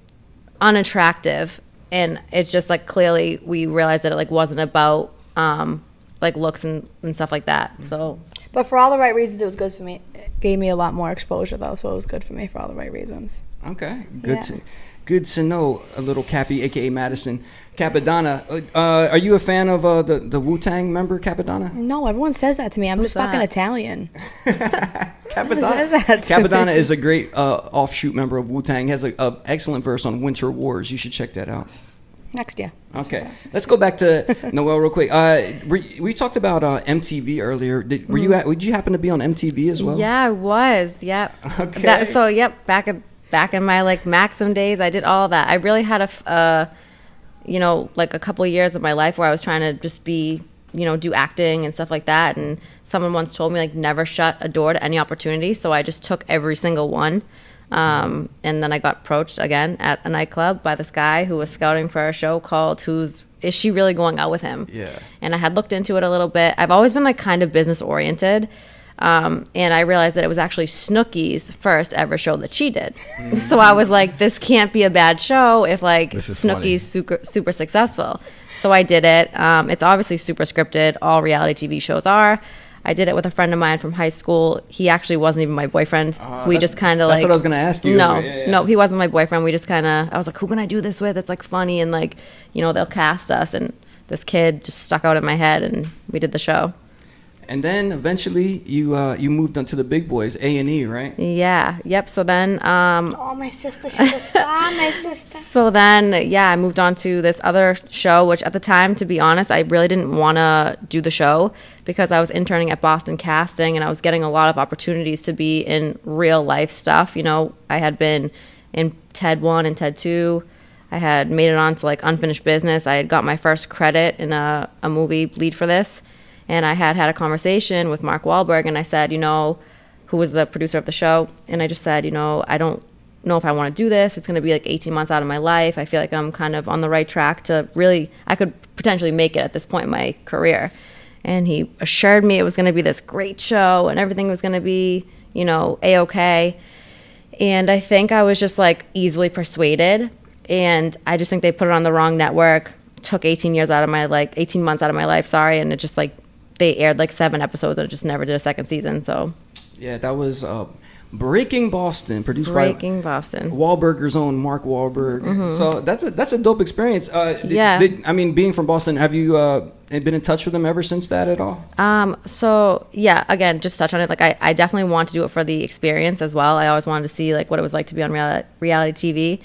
unattractive, and it's just like clearly we realized that it like wasn't about um like looks and, and stuff like that. So but for all the right reasons it was good for me it gave me a lot more exposure though so it was good for me for all the right reasons Okay, good Yeah. to good to know. A little Cappy, aka Madison Capadonna. Uh, uh, are you a fan of uh, the the Wu Tang member Capadonna? Mm-hmm. no everyone says that to me i'm just fucking that? italian Everyone says that to Capadonna me. is a great uh, offshoot member of Wu Tang. Has a, a excellent verse on Winter Wars. You should check that out. next year Okay, let's go back to Noel real quick. Uh, were, you- we talked about uh, MTV earlier. Did, were you Mhm. at, would you happen to be on MTV as well? Yeah, I was. Yep. Okay. That, so yep, back in back in my like Maxim days, I did all that. I really had a, f- uh, you know, like a couple of years of my life where I was trying to just be, you know, do acting and stuff like that. And someone once told me like never shut a door to any opportunity. So I just took every single one. Um, and then I got approached again at a nightclub by this guy who was scouting for a show called "Who's Is She Really Going Out with Him?" Yeah. and I had looked into it a little bit. I've always been like kind of business oriented. Um, and I realized that it was actually Snooki's first ever show that she did. Mm. So I was like, this can't be a bad show if like This is Snooki's super, super successful. So I did it. Um, it's obviously super scripted. All reality TV shows are. I did it with a friend of mine from high school. He actually wasn't even my boyfriend. we Ah, that- just kind of that's like what I was gonna ask you. No, Yeah, yeah. no, he wasn't my boyfriend. We just kind of I was like, who can I do this with? It's like funny and like you know they'll cast us and this kid just stuck out in my head and we did the show. And then eventually you uh, you moved on to the big boys, A and E, right? Yeah. Yep. So then, um, oh my sister she's a star my sister so then, yeah, I moved on to this other show, which at the time, to be honest, I really didn't want to do the show because I was interning at Boston Casting and I was getting a lot of opportunities to be in real life stuff. You know, I had been in TED One and TED Two. I had made it on to like unfinished business. I had got my first credit in a, a movie lead for this. And I had had a conversation with Mark Wahlberg and I said, you know, who was the producer of the show. And I just said, you know, I don't know if I want to do this. It's going to be like 18 months out of my life. I feel like I'm kind of on the right track to really, I could potentially make it at this point in my career. And he assured me it was going to be this great show and everything was going to be, you know, A OK. And I think I was just like easily persuaded. And I just think they put it on the wrong network. Took 18 years out of my like 18 months out of my life, sorry, and it just like they aired like seven episodes and it just never did a second season. So Yeah, that was uh, Breaking Boston, produced Breaking by Boston. Wahlberger's own Mark Wahlberg. Mhm. So that's a that's a dope experience. Uh, did- Yeah. did- I mean, being from Boston, have you uh, been in touch with them ever since that at all? Um, so yeah, again, just touch on it. Like I, I definitely want to do it for the experience as well. I always wanted to see like what it was like to be on real, reality TV.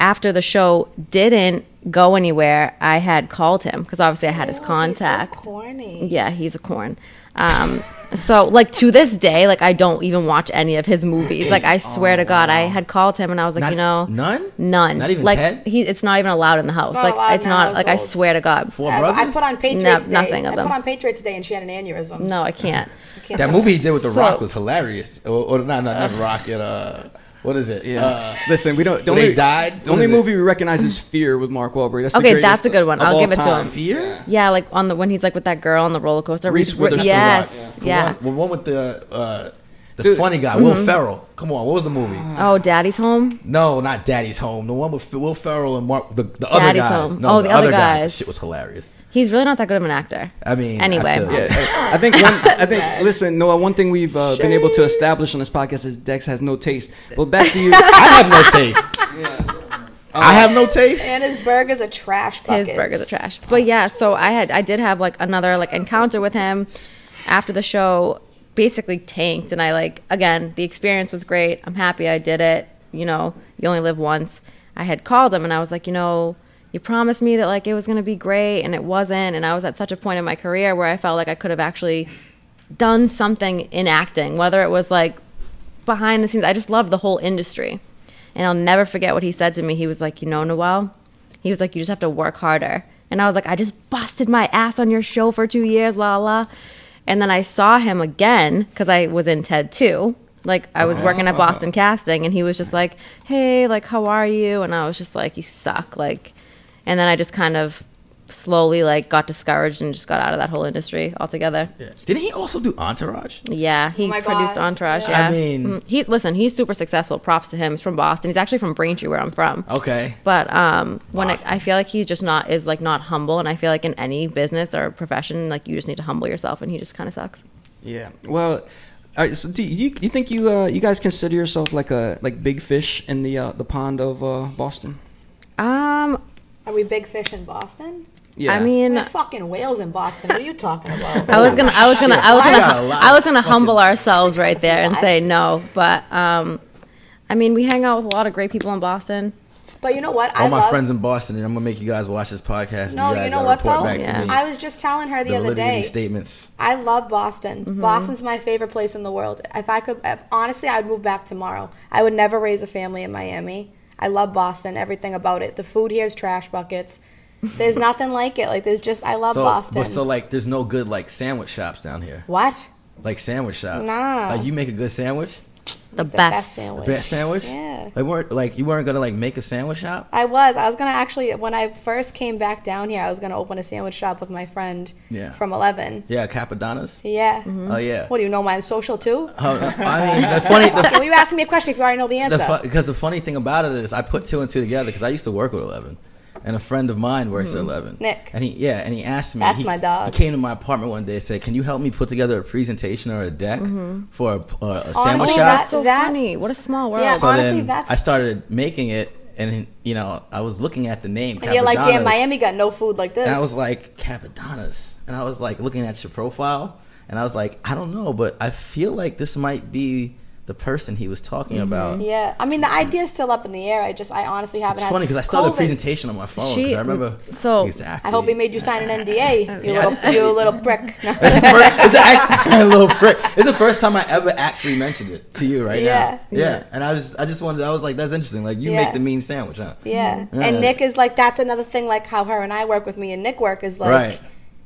After the show didn't go anywhere, I had called him because obviously I had Oh, his contact. corny Yeah, he's a corn. Um, so like to this day, like I don't even watch any of his movies. Like I swear to God, I had called him and I was like, Not- you know, none? none, Not even like Ted? he, it's not even allowed in the house. not allowed like it's in the not like I household. swear to God. Four Oh, I, I put on Patriots Day. nothing of I them. put on Patriots Day and she had an aneurysm. no, I can't. You can't That put- movie he did with The So- Rock was hilarious. Or, or not, not, not The Rock. It, uh, what is it? Yeah. Uh, Listen, we don't. The when only he died. The only movie we recognize is Fear with Mark Wahlberg. That's the okay, greatest that's a good one. of I'll all give it to time. him. Yeah, like on the when he's like with that girl on the roller coaster. Reese Witherspoon. Yes. The Yeah. One, the one with the uh, the Dude. funny guy, Will Mm-hmm. Mhm. Ferrell. Come on, what was the movie? Oh, Daddy's home. No, not Daddy's Home. The one with Will Ferrell and Mark. The, the other Daddy's guys. Home. No, Oh, the other guys. That guys. shit was hilarious. He's really not that good of an actor. I mean, I Anyway. feel- Yeah, I think one. I think. Listen, Noah. One thing we've uh, been able to establish on this podcast is Dex has no taste. Well, back to you. I have no taste. I have no taste. And his burgers are trash buckets. His burgers are trash. But yeah, so I had I did have like another like encounter with him after the show basically tanked and I like again, the experience was great. I'm happy I did it. You know, you only live once. I had called him and I was like, you know, you promised me that like it was going to be great and it wasn't and I was at such a point in my career where I felt like I could have actually done something in acting, whether it was like behind the scenes. I just love the whole industry. And I'll never forget what he said to me. He was like, You know, Noel, he was like, You just have to work harder. And I was like, I just busted my ass on your show for two years, la la. And then I saw him again because I was in TED too. Like, I was working at Ah. Boston Casting, and he was just like, Hey, like, how are you? And I was just like, You suck. Like, and then I just kind of slowly like got discouraged and just got out of that whole industry altogether. Didn't he also do Entourage? Yeah, he Oh my produced God. Entourage. Yeah. Yeah, I mean- Mm, he listen. He's super successful. Props to him. He's from Boston. He's actually from Braintree, where I'm from. Okay. But um, when it, I feel like he's just not is like not humble, and I feel like in any business or profession, like you just need to humble yourself, and he just kind of sucks. Yeah. Well, all right, so do you you think you uh, you guys consider yourself like a like big fish in the uh, the pond of uh, Boston? Um, Are we big fish in Boston? Yeah. I mean, We're fucking whales in Boston. What are you talking about? I was gonna, I was gonna, I was Shit. gonna, I got a lot I was gonna humble ourselves right there and say no, but um, I mean, we hang out with a lot of great people in Boston. But you know what? All I my love. friends in Boston, and I'm gonna make you guys watch this podcast. and no, you, guys know gotta what report though? back to me I was just telling her the, other validity of day. these statements. I love Boston. Boston's my favorite place in the world. If I could, if, honestly, I'd move back tomorrow. I would never raise a family in Miami. I love Boston. Everything about it. The food here is trash buckets. There's nothing like it. Like there's just I love so, Boston. But so like, there's no good like sandwich shops down here. what? Like sandwich shops. No. Like you make a good sandwich. The, best. best The sandwich. best sandwich. Yeah. Like weren't like you weren't gonna like make a sandwich shop. I was. I was gonna actually when I first came back down here, I was gonna open a sandwich shop with my friend Yeah. from Eleven. Yeah, Capadonna's. Yeah. Oh, yeah. What do you know? My social too. Oh, no. I mean, the funny, the, well, you asking me a question if you already know the answer. Because the, fu- 'cause the funny thing about it is, I put two and two together because I used to work with Eleven, and a friend of mine works at Mhm. Eleven. Nick. And he, yeah, and he asked me. That's he- my dog. He came to my apartment one day and said, "Can you help me put together a presentation or a deck Mm-hmm. Mhm. for a, a, a sandwich Honestly, Oh, shop?" that's so funny. What a small world. Yeah, so honestly, then that's. I started making it, and you know, I was looking at the name. and you're like, damn, Capadonna's, Miami got no food like this. And I was like, Capadonna's, and I was like looking at your profile, and I was like, I don't know, but I feel like this might be the person he was talking Mm-hmm. about. yeah. I mean, the idea's still up in the air. I just, I honestly haven't. It's had funny because I still have the COVID. presentation on my phone because She- I remember so- exactly. I hope he made you sign an NDA. You Yeah, I little, did. you little prick. No. It's act- a little prick. It's the first time I ever actually mentioned it to you right Yeah. now. Yeah. And I was I just wanted I was like that's interesting. Like you Yeah. make the mean sandwich, huh? yeah. And Nick is like, that's another thing. Like how her and I work with me and Nick work is like, Right.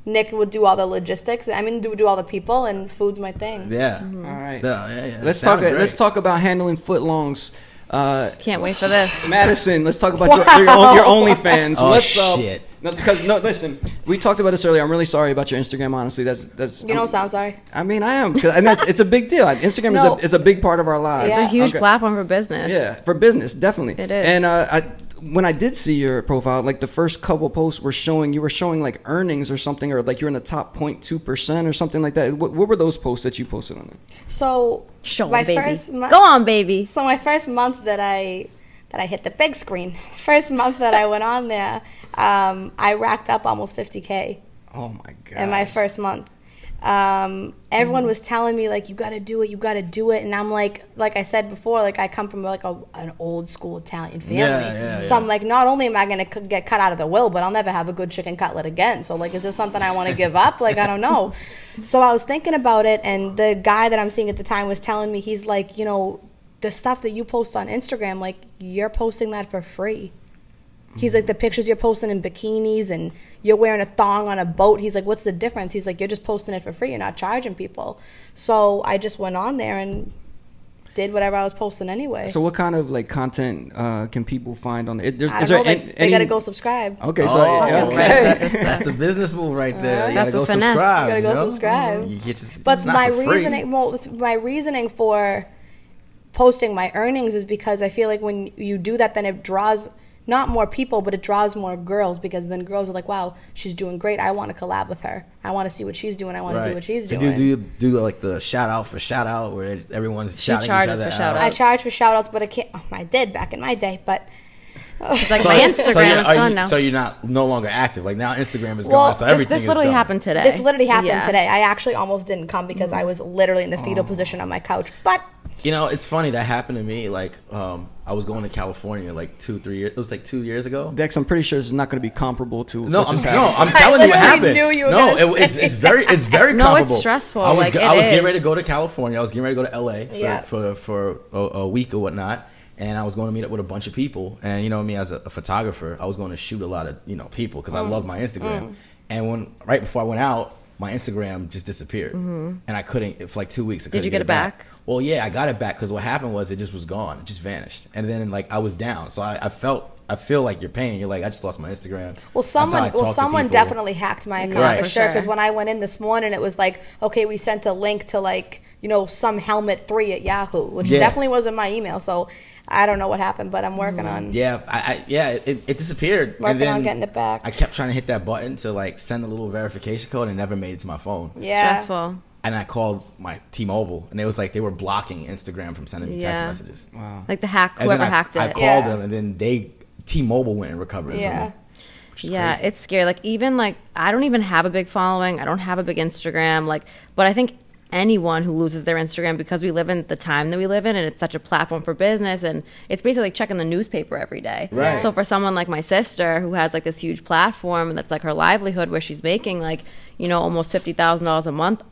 Nick would do all the logistics. I mean, do do all the people and food's my thing. Yeah. All right. No, yeah, yeah. Let's It talk. sounded Let's great. talk about handling footlongs. Uh, Can't wait for this. Madison. Let's talk about your, your, Wow. own- your OnlyFans. Oh, let's, uh, shit. No, because no, listen. We talked about this earlier. I'm really sorry about your Instagram. Honestly, that's that's. You don't sound sorry. I mean, I am. 'cause- and that's it's a big deal. Instagram No. is a is a big part of our lives. It's a huge Ah, Okay. platform for business. Yeah, for business, definitely. It is. And uh, I, when I did see your profile, like the first couple posts were showing you were showing like earnings or something, or like you're in the top 02 percent or something like that. What, what were those posts that you posted on there? So Show 'em, my baby. first month, Go on, baby. So my first month that I that I hit the big screen, first month that I went on there, um, I racked up almost 50k Oh my god! in my first month. Um, everyone was telling me like, you got to do it, you got to do it, and I'm like, like I said before, like I come from like a, an old school Italian family, Yeah, yeah, so yeah. I'm like, not only am I gonna c- get cut out of the will, but I'll never have a good chicken cutlet again. So like, is this something I want to give up? Like I don't know. So I was thinking about it, and the guy that I'm seeing at the time was telling me he's like, you know, the stuff that you post on Instagram, like you're posting that for free. He's like the pictures you're posting in bikinis and you're wearing a thong on a boat. He's like, what's the difference? He's like, you're just posting it for free. You're not charging people. So I just went on there and did whatever I was posting anyway. So what kind of like content uh, can people find on there? Is, there- I is don't there know. an- they, they any- gotta go subscribe. Okay, so Oh, yeah, okay. okay. That's, that's the business move right there. you That's gotta the go finesse. subscribe. You gotta go know? subscribe. You get your, But it's not my for free. reasoning, well, it's- my reasoning for posting my earnings is because I feel like when you do that, then it draws not more people, but it draws more girls because then girls are like, "Wow, she's doing great. I want to collab with her. I want to see what she's doing. I want to do what she's So doing." Do, do do like the shout out for shout out where everyone's shouting each charges other for out. shout I charge for shout outs, but I can't. oh, I did back in my day, but like So- my Instagram. So, yeah, it's are gone you, now. so you're not no longer active. Like now Instagram is Well, gone. So this- everything this literally is done. happened today. This literally happened Yeah. Mm. Oh. today. I actually almost didn't come because I was literally in the fetal position on my couch. But You know, it's funny that happened to me. Like, um, I was going to California like two, three years. It was like two years ago. Dex, I'm pretty sure this is not going to be comparable to No, what I'm, just no, I'm happened. telling you what happened. knew you were no, gonna it- it's, say it's very, it's very No, it's comfortable. stressful. I was, Like, ge- it I was is. getting ready to go to California. I was getting ready to go to LA for Yeah. for, for a, a week or whatnot, and I was going to meet up with a bunch of people. And you know me as a, a photographer, I was going to shoot a lot of you know people because I Mm. love my Instagram. Mm. And when right before I went out, my Instagram just disappeared, Mm-hmm. Mhm. and I couldn't for like two weeks. I Did you couldn't get it back? well, yeah, I got it back because what happened was it just was gone, it just vanished, and then like I was down, so I, I felt I feel like your pain. You're like I just lost my Instagram. Well, That's how I someone, well, talk to someone people. definitely hacked my account Right. for For sure. sure. Because when I went in this morning, it was like, okay, we sent a link to like, you know, some helmet three at Yahoo, which Yeah. definitely wasn't my email. So I don't know what happened, but I'm working on Yeah, I, I yeah, it, it disappeared, working and then on getting it back. I kept trying to hit that button to like send a little verification code, and it never made it to my phone. Yeah. Stressful. And I called my T-Mobile, and it was like they were blocking Instagram from sending me Yeah. text messages. Wow. Like the hack- whoever I, hacked I it. called Yeah. them, and then they T-Mobile went and recovered. it From Yeah. me. Yeah, crazy. it's scary. Like even like I don't even have a big following. I don't have a big Instagram. Like, but I think anyone who loses their Instagram because we live in the time that we live in, and it's such a platform for business, and it's basically like checking the newspaper every day. Right. So for someone like my sister who has like this huge platform and that's like her livelihood, where she's making like you know almost fifty thousand dollars a month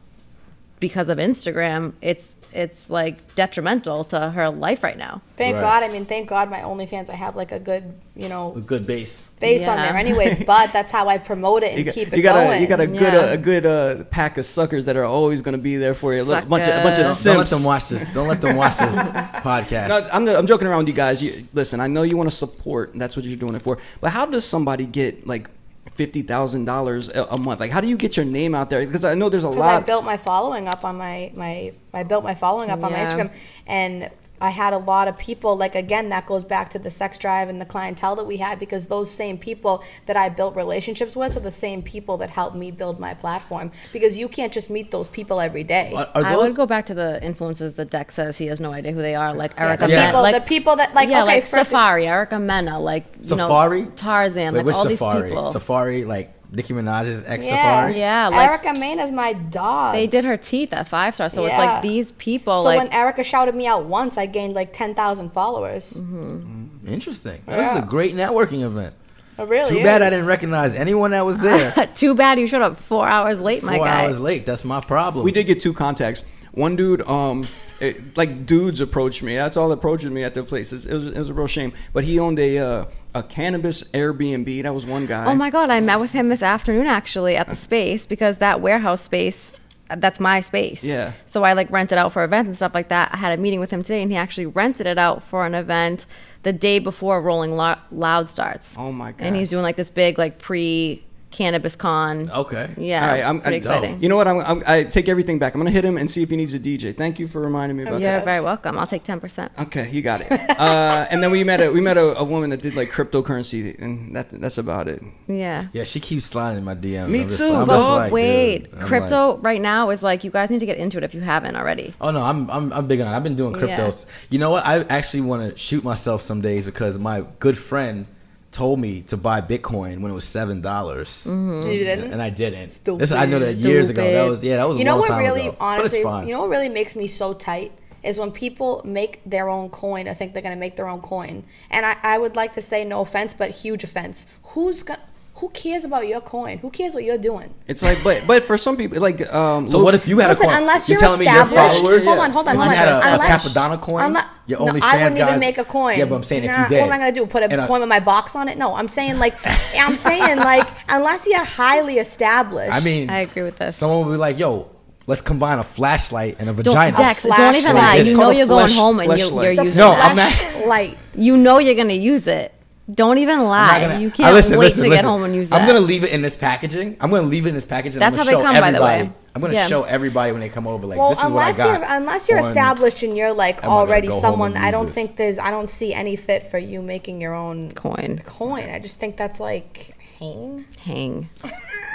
because of Instagram, it's it's like detrimental to her life right now. Thank Right. God. I mean, thank God my OnlyFans, I have like a good, you know, A good base. base on there Yeah. anyway, but that's how I promote it and You got, keep it you got going. a you got a good uh, a good uh, pack of suckers that are always going to be there for you. A little- bunch of a bunch of Don't- simps. Don't let them watch this. Don't let them watch this podcast. No, I'm, I'm joking around with you guys. You, listen, I know you want to support. and That's what you're doing it for. But how does somebody get like fifty thousand dollars a month? Like, how do you get your name out there? Because I know there's a because I lot. built my following up on my my I built my following up on my Yeah. Instagram, and I had a lot of people. Like again, that goes back to the sex drive and the clientele that we had because those same people that I built relationships with are the same people that helped me build my platform. Because you can't just meet those people every day. I would go back to the influences that Dex says he has no idea who they are, like Yeah, Erica the Mena, people, like the people that like yeah, okay, like first, Safari, Erica Mena, like you Safari? know, Tarzan, Wait, like which all Safari? these people. Safari, like Nicki Minaj's ex yeah, Safari. Yeah, like- Erica Main is my dog. They did her teeth at five star, so it's Yeah. like these people, so like when Erica shouted me out once, I gained like ten thousand followers. Mm-hmm. Interesting. That was Yeah. a great networking event. It really Too bad I is. didn't recognize anyone that was there. too bad you showed up four hours late, my guy. late. That's my problem. We did get two contacts. One dude, um, it, like dudes approached me. That's all approaching me at the place. It's- It was, it was a real shame. But he owned a uh, a cannabis Airbnb. That was one guy. Oh my god, I met with him this afternoon actually at the space because that warehouse space that's my space. Yeah. So I like rent it out for events and stuff like that. I had a meeting with him today and he actually rented it out for an event the day before Rolling Lo- Loud starts. Oh my god. Oh. And he's doing like this big like pre cannabis con. Okay. Yeah. All right, I'm, pretty I'm- exciting. You know what? I'm, I'm, I take everything back. I'm gonna hit him and see if he needs a DJ. Thank you for reminding me about You're that. very welcome. I'll take ten percent. Okay, you got it. uh, and then we met a we met a, a woman that did like cryptocurrency, and that that's about it. Yeah. Yeah, she keeps sliding in my DMs. Me I'm just- too, I'm bro. just Oh, like, dude, Wait, I'm like- crypto right now is like you guys need to get into it if you haven't already. oh no, I'm, I'm I'm big on it. I've been doing cryptos. You know what? I actually want to shoot myself some days because my good friend told me to buy Bitcoin when it was seven dollars. Mhm. You didn't? and I didn't. This, I know that years ago. That Stupid. was yeah. That was you a know long what time really ago. But it's honestly fine. you know what really makes me so tight is when people make their own coin or think they're going to make their own coin and I, I would like to say no offense but huge offense who's going who cares about your coin who cares what you're doing It's like, but but for some people, like, um, So what if you had Listen, a coin? unless you're you're telling me your established- followers? hold on, hold on, if hold you on. had a, Unless- a Capodanno coin. Unle- your no, only I fans wouldn't guys. even make a coin. Yeah, but I'm saying Nah, if you did, what am I gonna do? Put a and uh, coin with my box on it? No, I'm saying like I'm saying like unless you're highly established. I mean, agree with this. Someone would be like, "Yo, let's combine a flashlight and a Don't, vagina." Dex, don't even lie. You know you're going home and you're, you're using No, it. I'm not. light. You know you're gonna use it. Don't even lie. I'm not gonna- you Uh, can't listen, wait listen, to get listen. home and use that. I'm gonna leave it in this packaging. I'm gonna leave it in this packaging. That's I'm gonna how they show come, by the way. everybody. I'm gonna Yeah. show everybody when they come over. Like well, this is what I unless got. you're unless you're on- established and you're like Am I gonna already go home someone, and I use don't this? think there's I don't see any fit for you making your own coin. Coin. I just think that's like hang. Hang.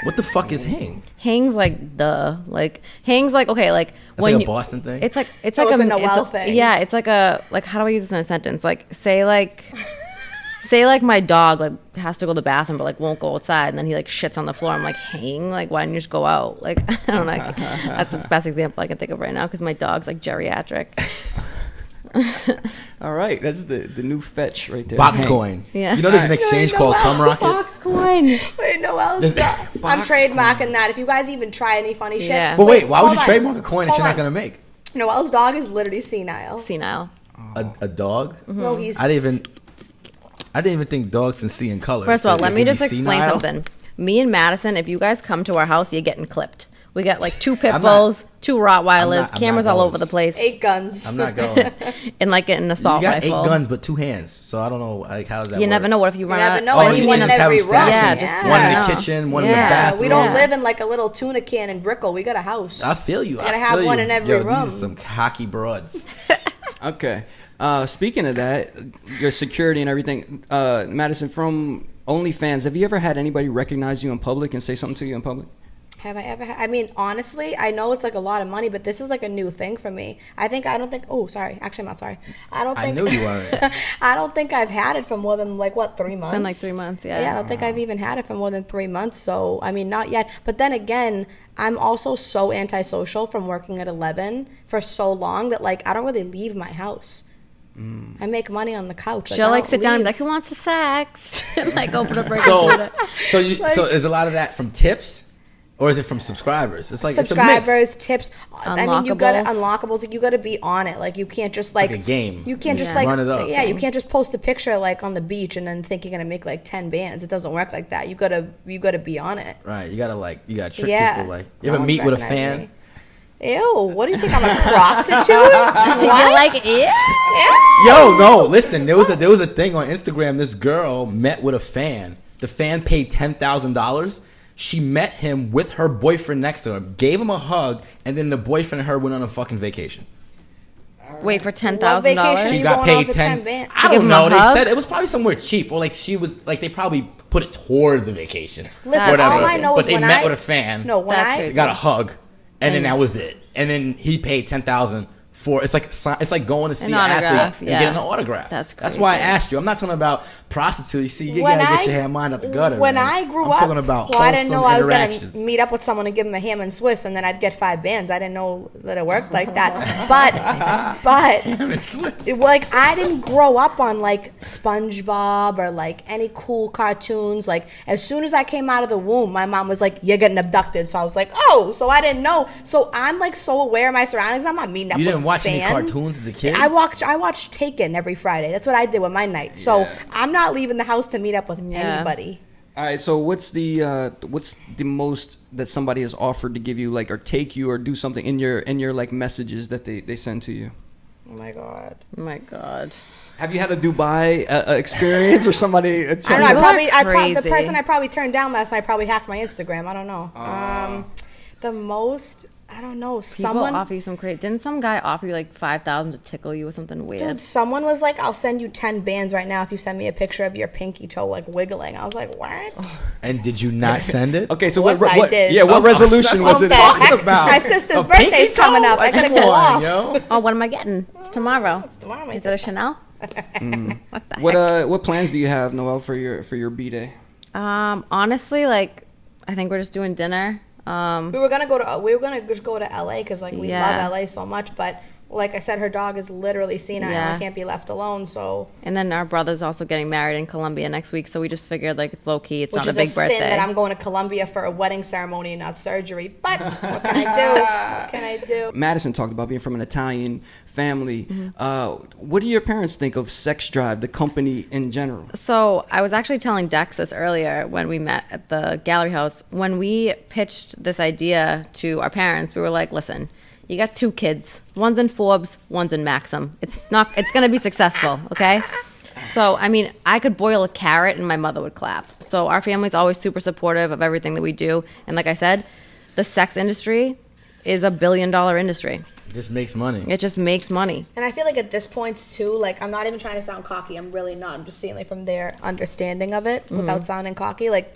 What the fuck is hang? Hangs like duh. Like hangs like okay, like That's when like a you- Boston thing? It's like it's Oh, like it's a m- Noel thing. Yeah, it's like a like how do I use this in a sentence? Like say like say like my dog like has to go to the bathroom but like won't go outside and then he like shits on the floor. I'm like hang like why don't you just go out? Like I don't know. like, that's the best example I can think of right now because my dog's like geriatric. All right, that's the, the new fetch right there. Box coin. Yeah. You know there's an exchange called Cum Rocket? coin. Wait, Noel's There's- done. I'm trademarking that. If you guys even try any funny shit. Yeah. But wait, why would hold you on. trademark a coin that Hold you're not on. gonna make? Noel's dog is literally senile. Senile. A, a dog? No, he's- hmm. I didn't even. I didn't even think dogs can see in color. First of so all, let they me can just be explain senile. something. Me and Madison, if you guys come to our house, you're getting clipped. We got like two pit I'm not- bulls, two Rottweilers, I'm not cameras all going. over the place. Eight guns. I'm not going. and like an You assault got eight rifle. guns, but two hands. So I don't know. Like, how does that? You never work? know. What if you run out? never know. Oh, what if you you win run out- every round. Yeah, Yeah, just one in yeah. the kitchen, one in the Yeah, bathroom. we don't Yeah. live in like a little tuna can and brickle. We got a house. I feel you. Gotta I have feel one you. in every Yo, room. These are some cocky broads. Okay. Uh, speaking of that, your security and everything, uh, Madison, from OnlyFans, have you ever had anybody recognize you in public and say something to you in public? Have I ever? ha- I mean, honestly, I know it's like a lot of money, but this is like a new thing for me. I think I don't think. Oh, sorry. Actually, I'm not sorry. I don't I think. knew you weren't. I don't think I've had it for more than like what three months. like, three months, yeah. Yeah, I don't think I've even had it for more than three months. So I mean, not yet. But then again, I'm also so antisocial from working at eleven for so long that like I don't really leave my house. Mm. I make money on the couch. She'll I like don't sit down and be leave. like, who wants to sex? and like open up her so, computer. so, you, so is a lot of that from tips, or is it from subscribers? It's like It's a mix. subscribers, tips. I mean, you got to Unlockables. unlockables. Like, you got to be on it. Like you can't just like, like a game. You can't You just just like run it up. yeah. You can't just post a picture like on the beach and then think you're gonna make like ten bands. It doesn't work like that. You gotta you gotta be on it. Right, you gotta like you gotta trick Yeah. people. Like you No ever one's meet with a recognizing fan? me. Ew! What do you think I'm a prostitute? You're what? like, ew. Yo, no, listen. There was a there was a thing on Instagram. This girl met with a fan. The fan paid ten thousand dollars. She met him with her boyfriend next to her, gave him a hug, and then the boyfriend and her went on a fucking vacation. Wait for ten What thousand vacation dollars. She you got going paid off at ten. 10 band? I Give him don't a know. They hug? said it was probably somewhere cheap, or like she was like they probably put it towards a vacation. Listen, whatever. all I know but is they when met I- with a fan. No, when That's I crazy. They got a hug, and then that was it. And then he paid ten thousand for it's like si- it's like going to see an, autograph, athlete and yeah. getting an autograph. That's that's why I crazy. asked you. I'm not talking about prostitutes. You see, you When gotta I- get your hand mind up the gutter. When man. I grew I'm up, talking about well, I didn't know I was wholesome going interactions. to meet up with someone and give them a ham and Swiss, and then I'd get five bands. I didn't know that it worked like that. But, but it- like I didn't grow up on like SpongeBob or like any cool cartoons. Like as soon as I came out of the womb, my mom was like, "You're getting abducted." So I was like, "Oh," so I didn't know. So I'm like so aware of my surroundings. I'm not meeting up. You with didn't a watch any fan. cartoons as a kid? I watched I watched Taken every Friday. That's what I did with my night. So I'm not leaving the house to meet up with anybody. All right, so what's the uh, what's the most that somebody has offered to give you, like, or take you, or do something in your in your like messages that they, they send to you? Oh my god. Oh my god. Have you had a Dubai uh, uh, experience or somebody? uh, I I don't know. I You are probably, I probably, the crazy. person I probably turned down last night probably hacked my Instagram. I don't know. um, the most, I don't know. People Someone, offer you some crazy. Didn't some guy offer you like five thousand to tickle you or something weird? dude, someone was like, "I'll send you ten bands right now if you send me a picture of your pinky toe like wiggling." I was like, "What?" and did you not send it? Okay, so Yes, what, I what did. yeah, Oh, what resolution that's was what it? I'm in? talking about. My sister's A pinky birthday's coming toe? up. I Like, gotta come go on, off. yo. oh, what am I getting? It's tomorrow. It's tomorrow, my Is it a Chanel? what the What heck? uh, what plans do you have, Noel, for your for your b day? um, honestly, like, I think we're just doing dinner. Um, We were gonna go to, we were gonna just go to LA because like we Yeah. love LA so much, but like I said, her dog is literally senile Yeah. and can't be left alone. So, and then our brother's also getting married in Colombia next week, so we just figured like it's low key. It's which not a is a, big sin birthday. that I'm going to Colombia for a wedding ceremony, and not surgery. But what can I do? what can I do? Madison talked about being from an Italian family. Uh, what do your parents think of Sex Drive, the company in general? So I was actually telling Dex this earlier when we met at the gallery house. When we pitched this idea to our parents, we were like, "Listen, you got two kids. One's in Forbes, one's in Maxim. It's not. It's going to be successful, okay?" So I mean, I could boil a carrot and my mother would clap. So our family's always super supportive of everything that we do. And like I said, the sex industry is a billion dollar industry. Just makes money. It just makes money. And I feel like at this point too, like I'm not even trying to sound cocky. I'm really not. I'm just saying like from their understanding of Mm-hmm. it without sounding cocky, like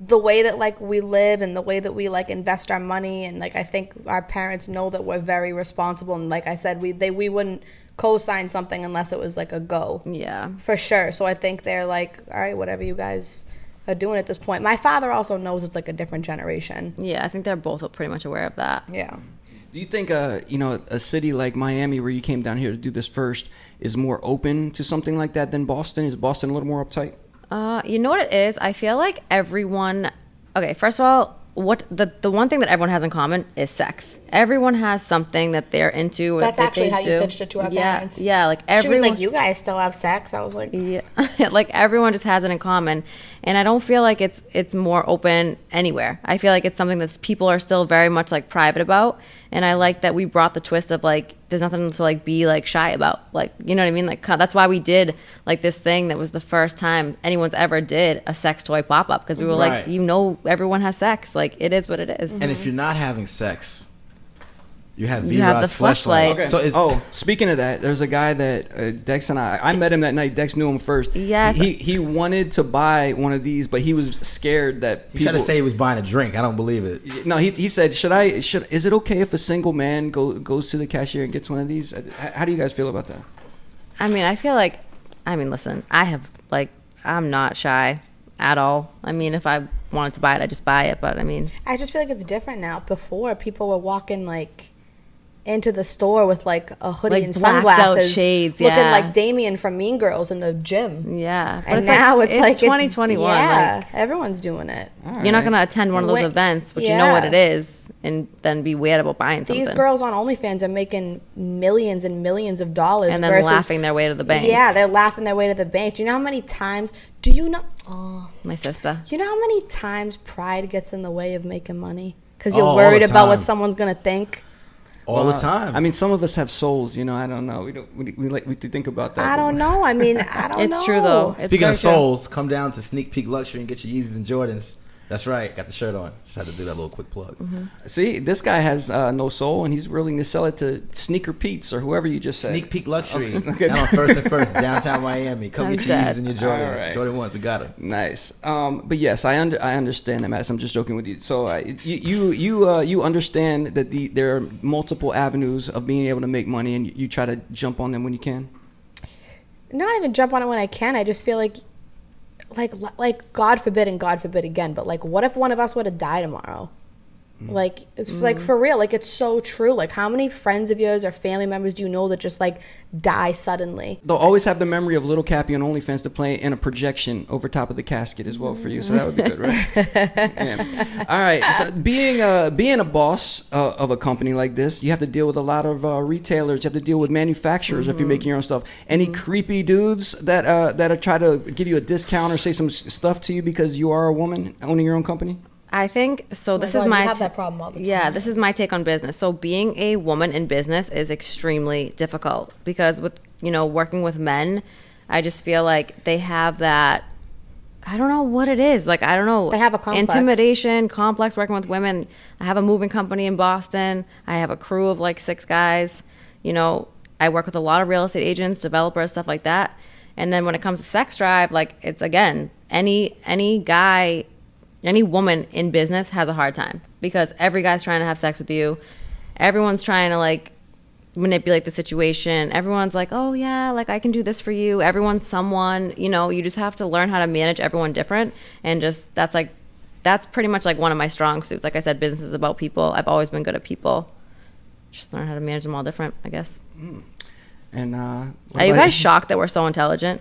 the way that like we live and the way that we like invest our money and like I think our parents know that we're very responsible and like I said, we they we wouldn't co-sign something unless it was like a go. Yeah. For sure. So I think they're like, all right, whatever you guys are doing at this point. My father also knows it's like a different generation. Yeah, I think they're both pretty much aware of that. Yeah. Do you think, uh, you know, a city like Miami, where you came down here to do this first, is more open to something like that than Boston? Is Boston a little more uptight? Uh, you know what it is? I feel like everyone. Okay, first of all, what the the one thing that everyone has in common is sex. Everyone has something that they're into. or That's that actually they how you do. pitched it to our yeah, parents. Yeah, like She was everyone. like, "You guys still have sex?" I was like, Yeah, like everyone just has it in common, and I don't feel like it's it's more open anywhere. I feel like it's something that's people are still very much like private about, and I like that we brought the twist of like there's nothing to like be like shy about, like you know what I mean. Like co- that's why we did like this thing that was the first time anyone's ever did a sex toy pop up because we were Right. like, you know, everyone has sex, like it is what it is. And if you're not having sex, you have V You have Rod's the flashlight. fleshlight. Okay. So it's oh, speaking of that, there's a guy that uh, Dex and I I met him that night. Dex knew him first. Yes. He he wanted to buy one of these, but he was scared that he tried people to say he was buying a drink. I don't believe it. No, he, he said, should I should is it okay if a single man go, goes to the cashier and gets one of these? Uh, How, how do you guys feel about that? I mean, I feel like, I mean, listen, I have like, I'm not shy at all. I mean, if I wanted to buy it, I just buy it. But I mean, I just feel like it's different now. Before people were walking like into the store with like a hoodie Like and blacked out sunglasses, shades, looking yeah. like Damien from Mean Girls in the gym. Yeah, but and it's like- now it's, it's like 2021, Yeah, everyone's doing it. you're not going to attend one of those Wait, events, but you know what yeah. it is, and then be weird about buying something. These girls on OnlyFans are making millions and millions of dollars, and then versus, laughing their way to the bank. Yeah, they're laughing their way to the bank. Do you know how many times? Do you know? Oh, my sister. You know how many times pride gets in the way of making money because you're Oh, all the worried about what time. someone's gonna think. All Well, the time. Uh, I mean, some of us have souls, you know. I don't know. We don't. We, we like we think about that. I but- don't know. I mean, I don't know. It's true, though. It's Speaking very of true. souls, come down to Sneak Peek Luxury and get your Yeezys and Jordans. That's right. Got the shirt on. Just had to do that little quick plug. Mm-hmm. See, this guy has uh, no soul, and he's willing to sell it to Sneaker Pete's or whoever you just said. Sneak Peek Luxury. Okay. Down on First and First, downtown Miami. Come I'm get your Yeezys dead. and your Jordans. All right. Jordan ones, we got it. Nice. Um, but yes, I under, I understand that, Madison. I'm just joking with you. So uh, you you you, uh, you understand that the there are multiple avenues of being able to make money, and you, you try to jump on them when you can. Not even jump on it when I can. I just feel like, like, like God forbid and God forbid again. But like, what if one of us would have died tomorrow? Mm. Like it's like Mhm. for real. Like it's so true. Like how many friends of yours or family members do you know that just like die suddenly? They'll always have the memory of little Cappy on OnlyFans to play in a projection over top of the casket as well for you. So that would be good, right? Yeah. All right. So being a being a boss uh, of a company like this, you have to deal with a lot of uh, retailers. You have to deal with manufacturers if you're making your own stuff. Any creepy dudes that uh, that are try to give you a discount or say some s- stuff to you because you are a woman owning your own company? I think so. This Oh God, is we my have ta- that problem all the time. Yeah, this is my take on business. So being a woman in business is extremely difficult because with you know working with men, I just feel like they have that. I don't know what it is. Like I don't know. They have a complex. intimidation complex. Working with women, I have a moving company in Boston. I have a crew of like six guys. You know, I work with a lot of real estate agents, developers, stuff like that. And then when it comes to sex drive, like it's again any any guy any woman in business has a hard time because every guy's trying to have sex with you. Everyone's trying to like manipulate the situation. Everyone's like, "Oh yeah, like I can do this for you." Everyone's someone, you know, you just have to learn how to manage everyone different and just that's like that's pretty much like one of my strong suits. Like I said, business is about people. I've always been good at people. Just learn how to manage them all different, I guess. And uh, what Are you about- guys shocked that we're so intelligent?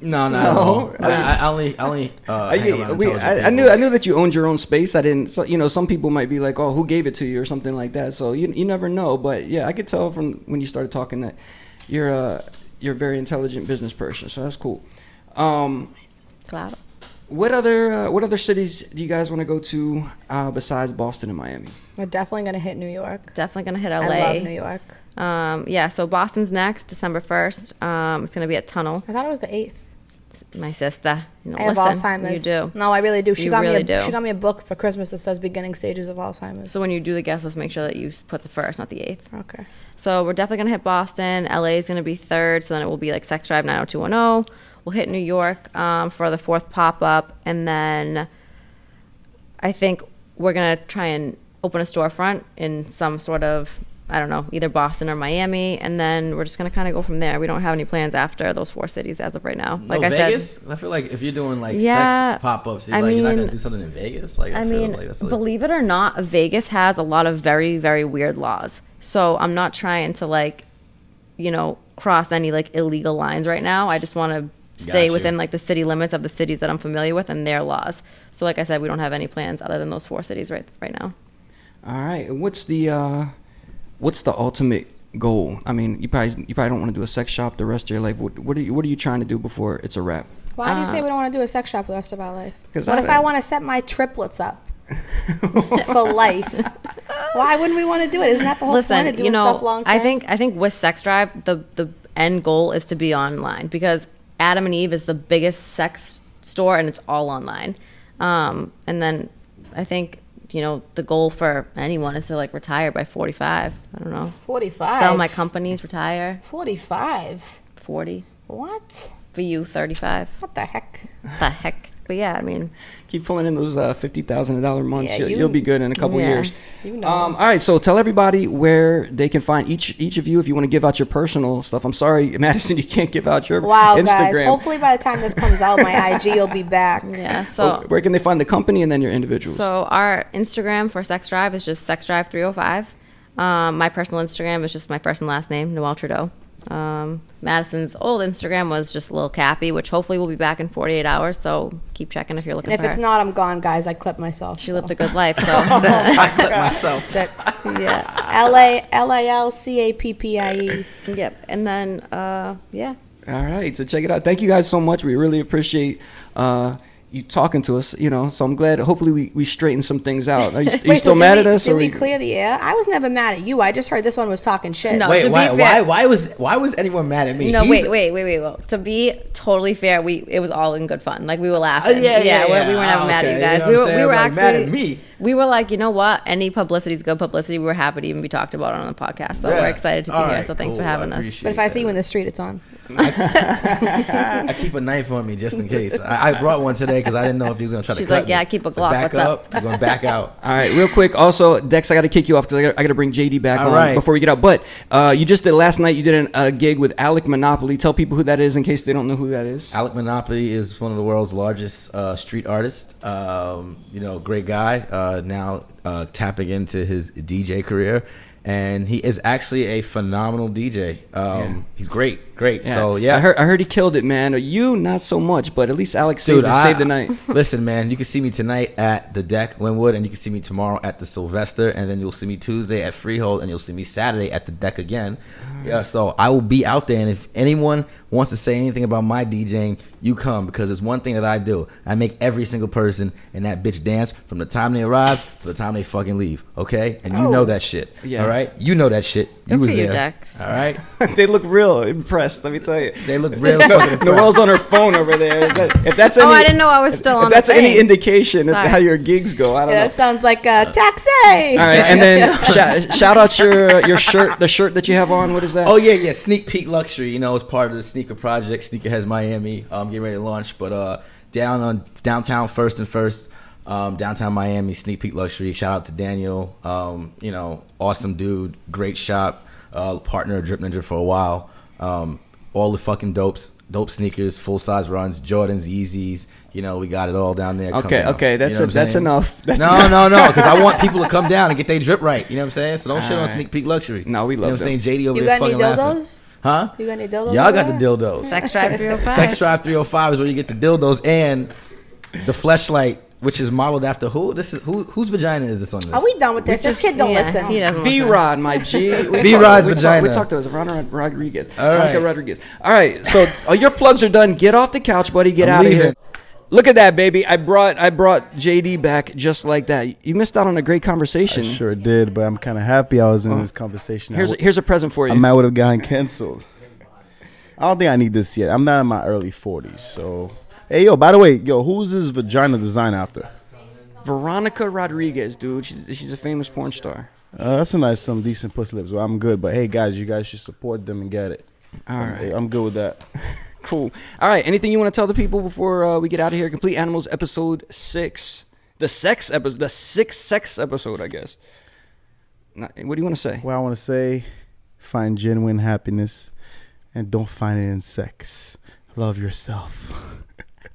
No, no, No. no. I, I only, I only. Uh, I, hang around we- intelligent I, I knew I knew that you owned your own space. I didn't. So, you know, some people might be like, "Oh, who gave it to you?" or something like that. So you you never know. But yeah, I could tell from when you started talking that you're a you're a very intelligent business person. So that's cool. Um, Cloud. what other uh, what other cities do you guys want to go to uh, besides Boston and Miami? We're definitely gonna hit New York. Definitely gonna hit I LA. love New York. Um, yeah, so Boston's next, December first. Um, it's gonna be at Tunnel. I thought it was the eighth. My sister, you know, I have listen, Alzheimer's. You do. No, I really do. She You got really me. A, do. She got me a book for Christmas that says "Beginning Stages of Alzheimer's." So when you do the guest list, make sure that you put the first, not the eighth. Okay. So we're definitely gonna hit Boston. LA is gonna be third. So then it will be like Sex Drive 90210. We'll hit New York um, for the fourth pop up, and then I think we're gonna try and open a storefront in some sort of I don't know, either Boston or Miami, and then we're just gonna kind of go from there. We don't have any plans after those four cities as of right now. No, Like I Vegas? said, I feel like if you're doing like Yeah, sex pop ups, you're, I like, you're not mean- gonna do something in Vegas. Like it I feels mean, like that's like, believe it or not, Vegas has a lot of very, very weird laws. So I'm not trying to like, you know, cross any like illegal lines right now. I just want to Got stay you. within like the city limits of the cities that I'm familiar with and their laws. So like I said, we don't have any plans other than those four cities right right now. All right. and What's the uh, what's the ultimate goal? I mean, you probably you probably don't want to do a sex shop the rest of your life. What, what are you What are you trying to do before it's a wrap? Why do you Uh, say we don't want to do a sex shop the rest of our life? 'Cause What I if I don't- want to set my triplets up for life? Why wouldn't we want to Oh, do it? Isn't that the whole point of Listen, doing you stuff know, long term? I think I think with sex drive, the the end goal is to be online because Adam and Eve is the biggest sex store and it's all online. Um, and then I think you know the goal for anyone is to like retire by forty five. I don't know, 45. Sell my companies, retire. Forty-five. Forty. What? For you, thirty five. What the heck? The heck. But yeah, I mean, Keep pulling in those uh, fifty thousand dollar months. Yeah, you'll, you- you'll be good in a couple yeah, years. you know. Um, all right. So tell everybody where they can find each each of you if you want to give out your personal stuff. I'm sorry, Madison, you can't give out your Wow, Instagram. guys. Hopefully, by the time this comes out, my IG will be back. Yeah. Oh, where can they find the company and then your individuals? So our Instagram for Sex Drive is just Sex Drive 305. Um, my personal Instagram is just my first and last name, Noel Trudeau. Um, Madison's old Instagram was just Lil Cappy, which hopefully will be back in 48 hours. So keep checking if you're looking And if for it's her. not, I'm gone, guys. I clipped myself. She lived a good life, so I clipped myself. yeah. L A L I L C A P P I E. Yep. And then, uh, yeah. All right, so check it out. Thank you guys so much. We really appreciate uh, you talking to us. You know, so I'm glad. Hopefully, we, we straighten some things out. Are you, are you Wait, so still did mad we- at us? Did or we clear the air? I was never mad at you. I just heard this one was talking shit. wait, why, why, why was why was anyone mad at me? No, He's- wait, wait, wait, wait, wait. To be totally fair, we it was all in good fun. Like we were laughing. Oh, yeah, yeah, we're- yeah. We weren't ever Oh, mad at okay. you You guys. know we what I'm were, we saying? were Like, actually mad at me. We were like, you know what? Any publicity is good publicity. We were happy to even be talked about on the podcast. So Yeah. we're excited to be All here. right, So thanks for cool. I having us. appreciate But if I see you in the street, it's on. I keep a knife on me just in case. I, I brought one today because I didn't know if he was gonna try She's to. cut like, yeah, me. keep a It's like, Glock. back What's up? up. You're gonna back out. All right, real quick. Also, Dex, I got to kick you off because I got to bring JD back All on right. before we get out. But uh, you just did last night. You did an, a gig with Alec Monopoly. Tell people who that is in case they don't know who that is. Alec Monopoly is one of the world's largest uh, street artists. Um, you know, great guy. Uh, now uh, tapping into his DJ career, and he is actually a phenomenal DJ. Um, Yeah. He's great, great. So yeah, I heard, I heard he killed it, man. You not so much, but at least Alec saved, I- saved the night. Listen, man, you can see me tonight at the deck Linwood, and you can see me tomorrow at the Sylvester, and then you'll see me Tuesday at Freehold, and you'll see me Saturday at the deck again. Yeah, so I will be out there, and if anyone wants to say anything about my DJing, you come because it's one thing that I do. I make every single person in that bitch dance from the time they arrive to the time they fucking leave. Okay, and you Oh. know that shit. Yeah. All right, you know that shit. you Good was for you, there. Dex. All right. they look real impressed. Let me tell you, they look real fucking impressed. Noelle's on her phone over there. If that's Oh, any, I didn't know I was still if on. that's the any thing. indication of Sorry. how your gigs go, I don't Yeah, know. that sounds like a taxi. All right, and then shout, shout out your your shirt, the shirt that you have on. What is that? Oh yeah, yeah. Sneak Peek Luxury, you know, it's part of the sneaker project, Sneakerheads Miami. Um, getting ready to launch, but uh, down on downtown first and first, um, downtown Miami, Sneak Peek Luxury. Shout out to Daniel, um, you know, awesome dude, great shop, uh, partner of Drip Ninja for a while. Um, all the fucking dopes, dope sneakers, full size runs, Jordans, Yeezys. You know, we got it all down there. Come Okay, down. okay, that's know what a- that's I'm saying? enough. That's no, enough. no, no, because I want people to come down and get their drip right. You know what I'm saying? So don't shit on Alright. Sneak Peek Luxury. No, we You know love what I'm saying? them. JD over You there got any fucking laughing. dildos? Huh? You got any dildos? Y'all over got the there? dildos. Sex Drive 305. Sex Drive 305 is where you get the dildos and the fleshlight, which is modeled after who? This is who whose vagina is this on this? Are we done with this? this kid don't yeah, listen. he doesn't V Rod, my G. V-Rod's We talked- we talked- vagina. We talked to us, Veronica Rodriguez. All right. Veronica Rodriguez. All right, so uh, your plugs are done. Get off the couch, buddy. Get I'm out of leaving. here. Look at that, baby. I brought I brought JD back just like that. You missed out on a great conversation. Sure did, but I'm kind of happy I was in this conversation. Here's I a, w- here's a present for you. I might would have gotten canceled. I don't think I need this yet. I'm not in my early 40s, so. Hey, yo, by the way, yo, who's this vagina design after? Veronica Rodriguez, dude. She's, she's a famous porn star. Uh, that's a nice, some decent pussy lips. Well, I'm good, but hey, guys, you guys should support them and get it. All right. I'm good with that. Cool. All right. Anything you want to tell the people before uh, we get out of here? Complete Animals episode six, the sex episode, the sixth sex episode, I guess. Not- what do you want to say? Well, I want to say find genuine happiness and don't find it in sex. Love yourself.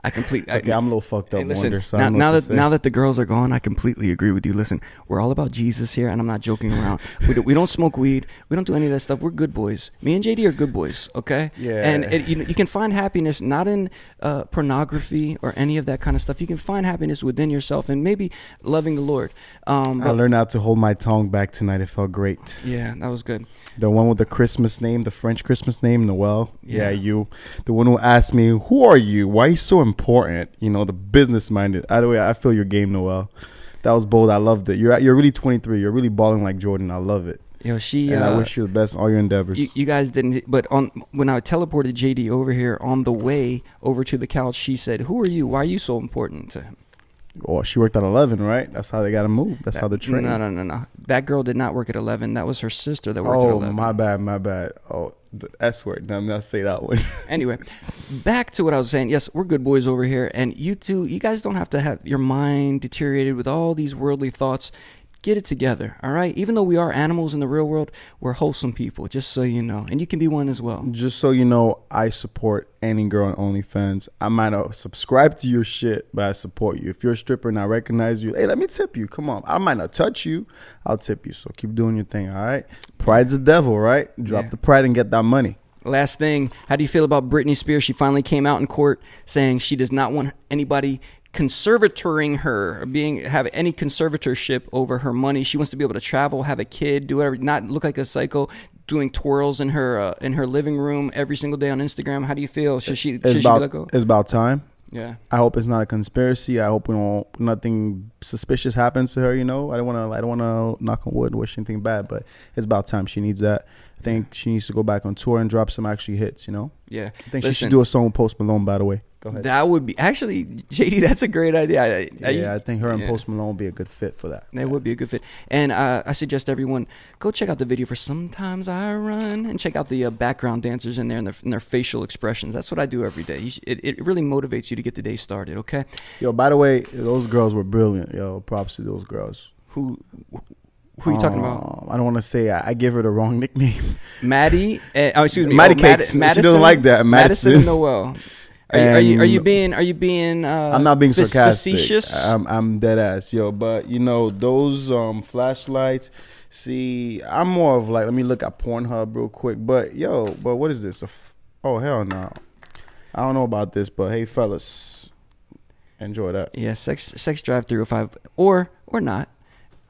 I completely. okay, I, am a little fucked up. Hey, listen, Wonder, so I now, don't know now what to that say. now that the girls are gone, I completely agree with you. Listen, we're all about Jesus here, and I'm not joking around. we, do, we don't smoke weed. We don't do any of that stuff. We're good boys. Me and JD are good boys. Okay. Yeah. And it, you, you can find happiness not in uh, pornography or any of that kind of stuff. You can find happiness within yourself, and maybe loving the Lord. Um, I but- learned how to hold my tongue back tonight. It felt great. Yeah, that was good. The one with the Christmas name, the French Christmas name, Noel. Yeah, Yeah. you. The one who asked me, "Who are you? Why are you so important?" You know, the business minded. Either way, I feel your game, Noel. That was bold. I loved it. You're you're really 23. You're really balling like Jordan. I love it. Yo, she. and I uh, wish you the best in all your endeavors. You, you guys didn't, but on when I teleported JD over here on the way over to the couch, she said, "Who are you? Why are you so important to him?" oh, she worked at 11, right? That's how they got to move. That's how the train. No, no, no, no. That girl did not work at eleven. That was her sister that worked at oh, eleven. my bad, my bad. Oh, the S word. No, I'm not say that one. Anyway, back to what I was saying. Yes, we're good boys over here, and you two, you guys don't have to have your mind deteriorated with all these worldly thoughts. Get it together, all right? Even though we are animals in the real world, we're wholesome people, just so you know. And you can be one as well. Just so you know, I support any girl on OnlyFans. I might not subscribe to your shit, but I support you. If you're a stripper and I recognize you, hey, let me tip you. Come on. I might not touch you. I'll tip you. So keep doing your thing, all right? Pride's the devil, right? Drop Yeah. the pride and get that money. Last thing, how do you feel about Britney Spears? She finally came out in court saying she does not want anybody conservatoring her, or being have any conservatorship over her money. She wants to be able to travel, have a kid, do whatever, not look like a psycho doing twirls in her uh, in her living room every single day on Instagram. How do you feel? Should she should It's she be let about, go? it's about time. Yeah. I hope it's not a conspiracy. I hope we don't, nothing suspicious happens to her. You know, I don't want to. I don't want to knock on wood, wish anything bad. But it's about time. She needs that. I think she needs to go back on tour and drop some actually hits. You know. Yeah. I think she Listen. should do a song with Post Malone. By the way. Go ahead. That would be actually JD. That's a great idea. I, I- yeah, I think her and yeah. Post Malone would be a good fit for that. That would be a good fit. And uh, I suggest everyone go check out the video for "Sometimes I Run" and check out the uh, background dancers in there and their, and their facial expressions. That's what I do every day. You sh- It, it really motivates you to get the day started. Okay, Yo, by the way, those girls were brilliant. Yo, props to those girls. who who are you talking about? Um, I don't want to say. I, I give her the wrong nickname. Maddie? Uh, oh, excuse me. Matty oh, Mad- Cakes. She doesn't like that, Madison, Madison. Noel. Are you, are you are you And- being are you being? Uh, I'm not being fac- sarcastic. Um, Facetious. I'm, I'm dead ass, yo. But you know those um, flashlights. See, I'm more of like, let me look at Pornhub real quick. But yo, but what is this? A f- oh hell no! I don't know about this, but hey, fellas, enjoy that. Yeah, sex sex drive 305 or or not.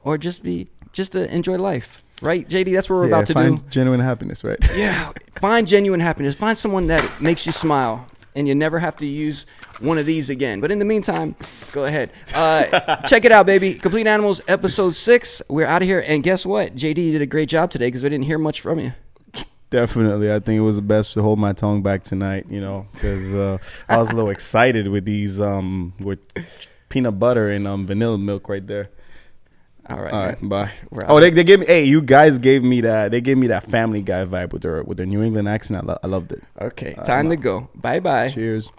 Or just be just to enjoy life. Right, JD, that's what we're Yeah, about to find do. genuine happiness, right? Yeah. Find genuine happiness. Find someone that makes you smile. And you never have to use one of these again. But in the meantime, go ahead. Uh, check it out, baby. Complete Animals, episode six. We're out of here. And guess what? JD did a great job today because I didn't hear much from you. Definitely, I think it was best to hold my tongue back tonight. You know, because uh, I was a little excited with these um with peanut butter and um vanilla milk right there. All right. All man. right, bye. We're out. Oh, they, they gave me. Hey, you guys gave me that. They gave me that Oh. Family Guy vibe with their with their New England accent. I, lo- I loved it. Okay. Time to go. Bye bye. Cheers.